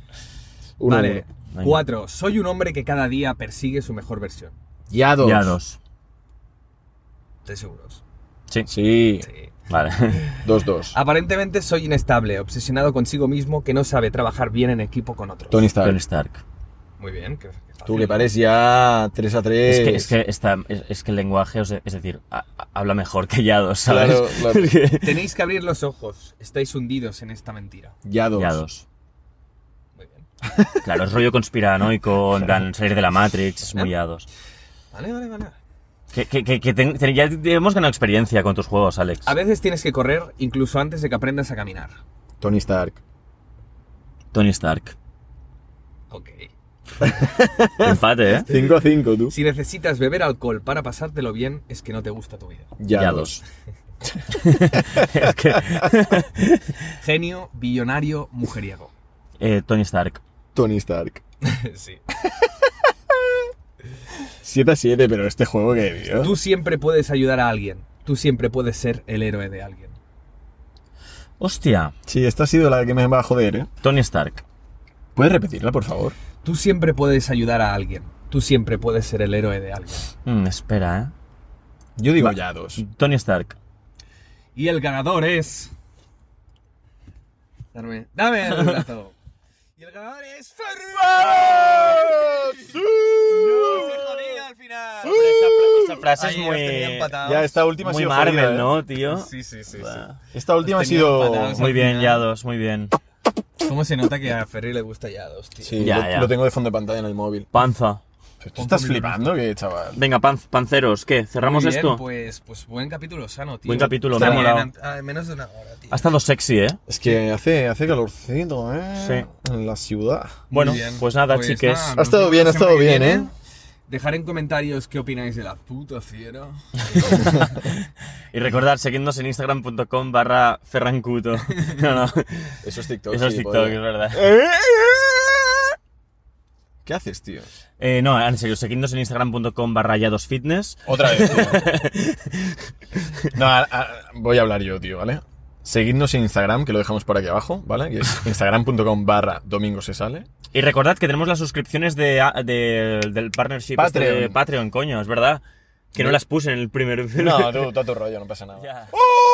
[SPEAKER 3] Uno,
[SPEAKER 2] vale.
[SPEAKER 3] uno.
[SPEAKER 1] Venga.
[SPEAKER 2] Cuatro. Soy un hombre que cada día persigue su mejor versión.
[SPEAKER 3] Ya dos.
[SPEAKER 1] Ya dos.
[SPEAKER 2] De seguros.
[SPEAKER 1] Sí.
[SPEAKER 3] Sí,
[SPEAKER 2] Sí.
[SPEAKER 1] [laughs] Vale.
[SPEAKER 3] dos, dos.
[SPEAKER 1] Ah.
[SPEAKER 2] Aparentemente soy inestable, obsesionado consigo mismo, que no sabe trabajar bien en equipo con otros.
[SPEAKER 3] Tony Stark.
[SPEAKER 1] Tony Stark.
[SPEAKER 2] Muy bien. qué- qué fácil.
[SPEAKER 3] Tú que pares ya 3 a 3.
[SPEAKER 1] Es que, es que, está, es, es que el lenguaje, o sea, es decir, ha- ha- habla mejor que ya dos, ¿sabes?
[SPEAKER 3] Claro,
[SPEAKER 1] [laughs]
[SPEAKER 3] claro.
[SPEAKER 1] Es que-
[SPEAKER 2] Tenéis que abrir los ojos. Estáis hundidos en esta mentira.
[SPEAKER 3] Ya dos.
[SPEAKER 1] Ya dos. Claro, es rollo conspiranoico, en plan, salir de la Matrix, es muy hados.
[SPEAKER 2] Vale, vale, vale.
[SPEAKER 1] Que, que- que- que ten- ten- ya hemos ganado experiencia con tus juegos, Alex.
[SPEAKER 2] A veces tienes que correr incluso antes de que aprendas a caminar.
[SPEAKER 3] Tony Stark.
[SPEAKER 1] Tony Stark.
[SPEAKER 2] Ok.
[SPEAKER 3] [laughs]
[SPEAKER 1] Empate, ¿eh?
[SPEAKER 3] 5 a 5, tú.
[SPEAKER 2] Si necesitas beber alcohol para pasártelo bien, es que no te gusta tu vida.
[SPEAKER 3] Ya,
[SPEAKER 1] Ya
[SPEAKER 3] dos.
[SPEAKER 1] es que,
[SPEAKER 2] Genio, billonario, mujeriego. [laughs]
[SPEAKER 1] eh, Tony Stark.
[SPEAKER 3] Tony Stark.
[SPEAKER 2] sí.
[SPEAKER 3] 7 a 7, pero este juego que, tío.
[SPEAKER 2] Tú siempre puedes ayudar a alguien. Tú siempre puedes ser el héroe de alguien.
[SPEAKER 1] Hostia,
[SPEAKER 3] Sí, esta ha sido la que me va a joder, ¿eh?
[SPEAKER 1] Tony Stark.
[SPEAKER 3] ¿Puedes repetirla, por favor?
[SPEAKER 2] Tú siempre puedes ayudar a alguien. Tú siempre puedes ser el héroe de alguien.
[SPEAKER 1] Mm, espera,
[SPEAKER 3] Yo digo ya dos.
[SPEAKER 1] ¿eh? Tony Stark.
[SPEAKER 2] Y el ganador es. Darme. Dame el brazo. y el ganador es. ¡Ferran! ¡No! ¡Se jodía al final!
[SPEAKER 1] Esa, frase
[SPEAKER 2] Ahí los tenía empatados.
[SPEAKER 3] Ya, esta última ha
[SPEAKER 1] muy
[SPEAKER 3] sido
[SPEAKER 1] Marvel,
[SPEAKER 3] jodida, ¿eh?
[SPEAKER 1] ¿no, tío? Ah,
[SPEAKER 2] Sí, sí, sí. sí.
[SPEAKER 3] Esta última ha
[SPEAKER 2] Los tenía
[SPEAKER 3] sido...
[SPEAKER 2] empatados.
[SPEAKER 1] Muy
[SPEAKER 2] al
[SPEAKER 1] bien,
[SPEAKER 2] final.
[SPEAKER 1] ya dos, muy bien.
[SPEAKER 2] ¿Cómo se nota que a Ferry le gusta ya dos, tío?
[SPEAKER 3] Sí,
[SPEAKER 1] Ya,
[SPEAKER 3] lo,
[SPEAKER 1] ya. Pues
[SPEAKER 3] lo tengo de fondo de pantalla en el móvil.
[SPEAKER 1] Panza.
[SPEAKER 3] Pero ¿Tú estás flipando qué, chaval?
[SPEAKER 1] Venga, pan- panceros, ¿qué? ¿Cerramos
[SPEAKER 2] Muy bien,
[SPEAKER 1] esto?
[SPEAKER 2] Pues, pues buen capítulo sano, tío.
[SPEAKER 1] Buen capítulo, me
[SPEAKER 2] Está
[SPEAKER 1] ha
[SPEAKER 2] bien,
[SPEAKER 1] molado.
[SPEAKER 2] an- ah, menos de una hora, tío.
[SPEAKER 1] Ha estado sexy, ¿eh?
[SPEAKER 3] Es que hace, hace calorcito, ¿eh?
[SPEAKER 1] Sí.
[SPEAKER 3] En la ciudad.
[SPEAKER 1] Bueno,
[SPEAKER 2] Muy bien.
[SPEAKER 1] pues nada, chiques.
[SPEAKER 2] nada, nos
[SPEAKER 3] Ha estado
[SPEAKER 2] vemos
[SPEAKER 3] bien,
[SPEAKER 2] la
[SPEAKER 3] ha estado
[SPEAKER 2] semana que
[SPEAKER 3] bien,
[SPEAKER 2] viene.
[SPEAKER 3] ¿eh?
[SPEAKER 2] Dejar en comentarios qué opináis de la puta fiera.
[SPEAKER 1] Y recordad, seguidnos en instagram.com barra ferrancuto. No, no,
[SPEAKER 3] Eso es TikTok.
[SPEAKER 1] eso es
[SPEAKER 3] sí,
[SPEAKER 1] TikTok,
[SPEAKER 3] podría.
[SPEAKER 1] es verdad.
[SPEAKER 3] ¿Qué haces, tío?
[SPEAKER 1] Eh, no, en serio, seguidnos en instagram.com barra yadosfitness.
[SPEAKER 3] Otra vez, tío. [laughs] No, a- a- voy a hablar yo, tío, ¿vale? Seguidnos en Instagram, que lo dejamos por aquí abajo, ¿vale? Que [laughs] es instagram.com barra domingo se sale.
[SPEAKER 1] Y recordad que tenemos las suscripciones de, ah, de- del partnership este
[SPEAKER 3] Patreon.
[SPEAKER 1] de Patreon, coño, es verdad. Que no las puse en el primer... [laughs]
[SPEAKER 3] No, tú, tú a tu rollo, no pasa nada.
[SPEAKER 1] Ya.
[SPEAKER 3] ¡Oh!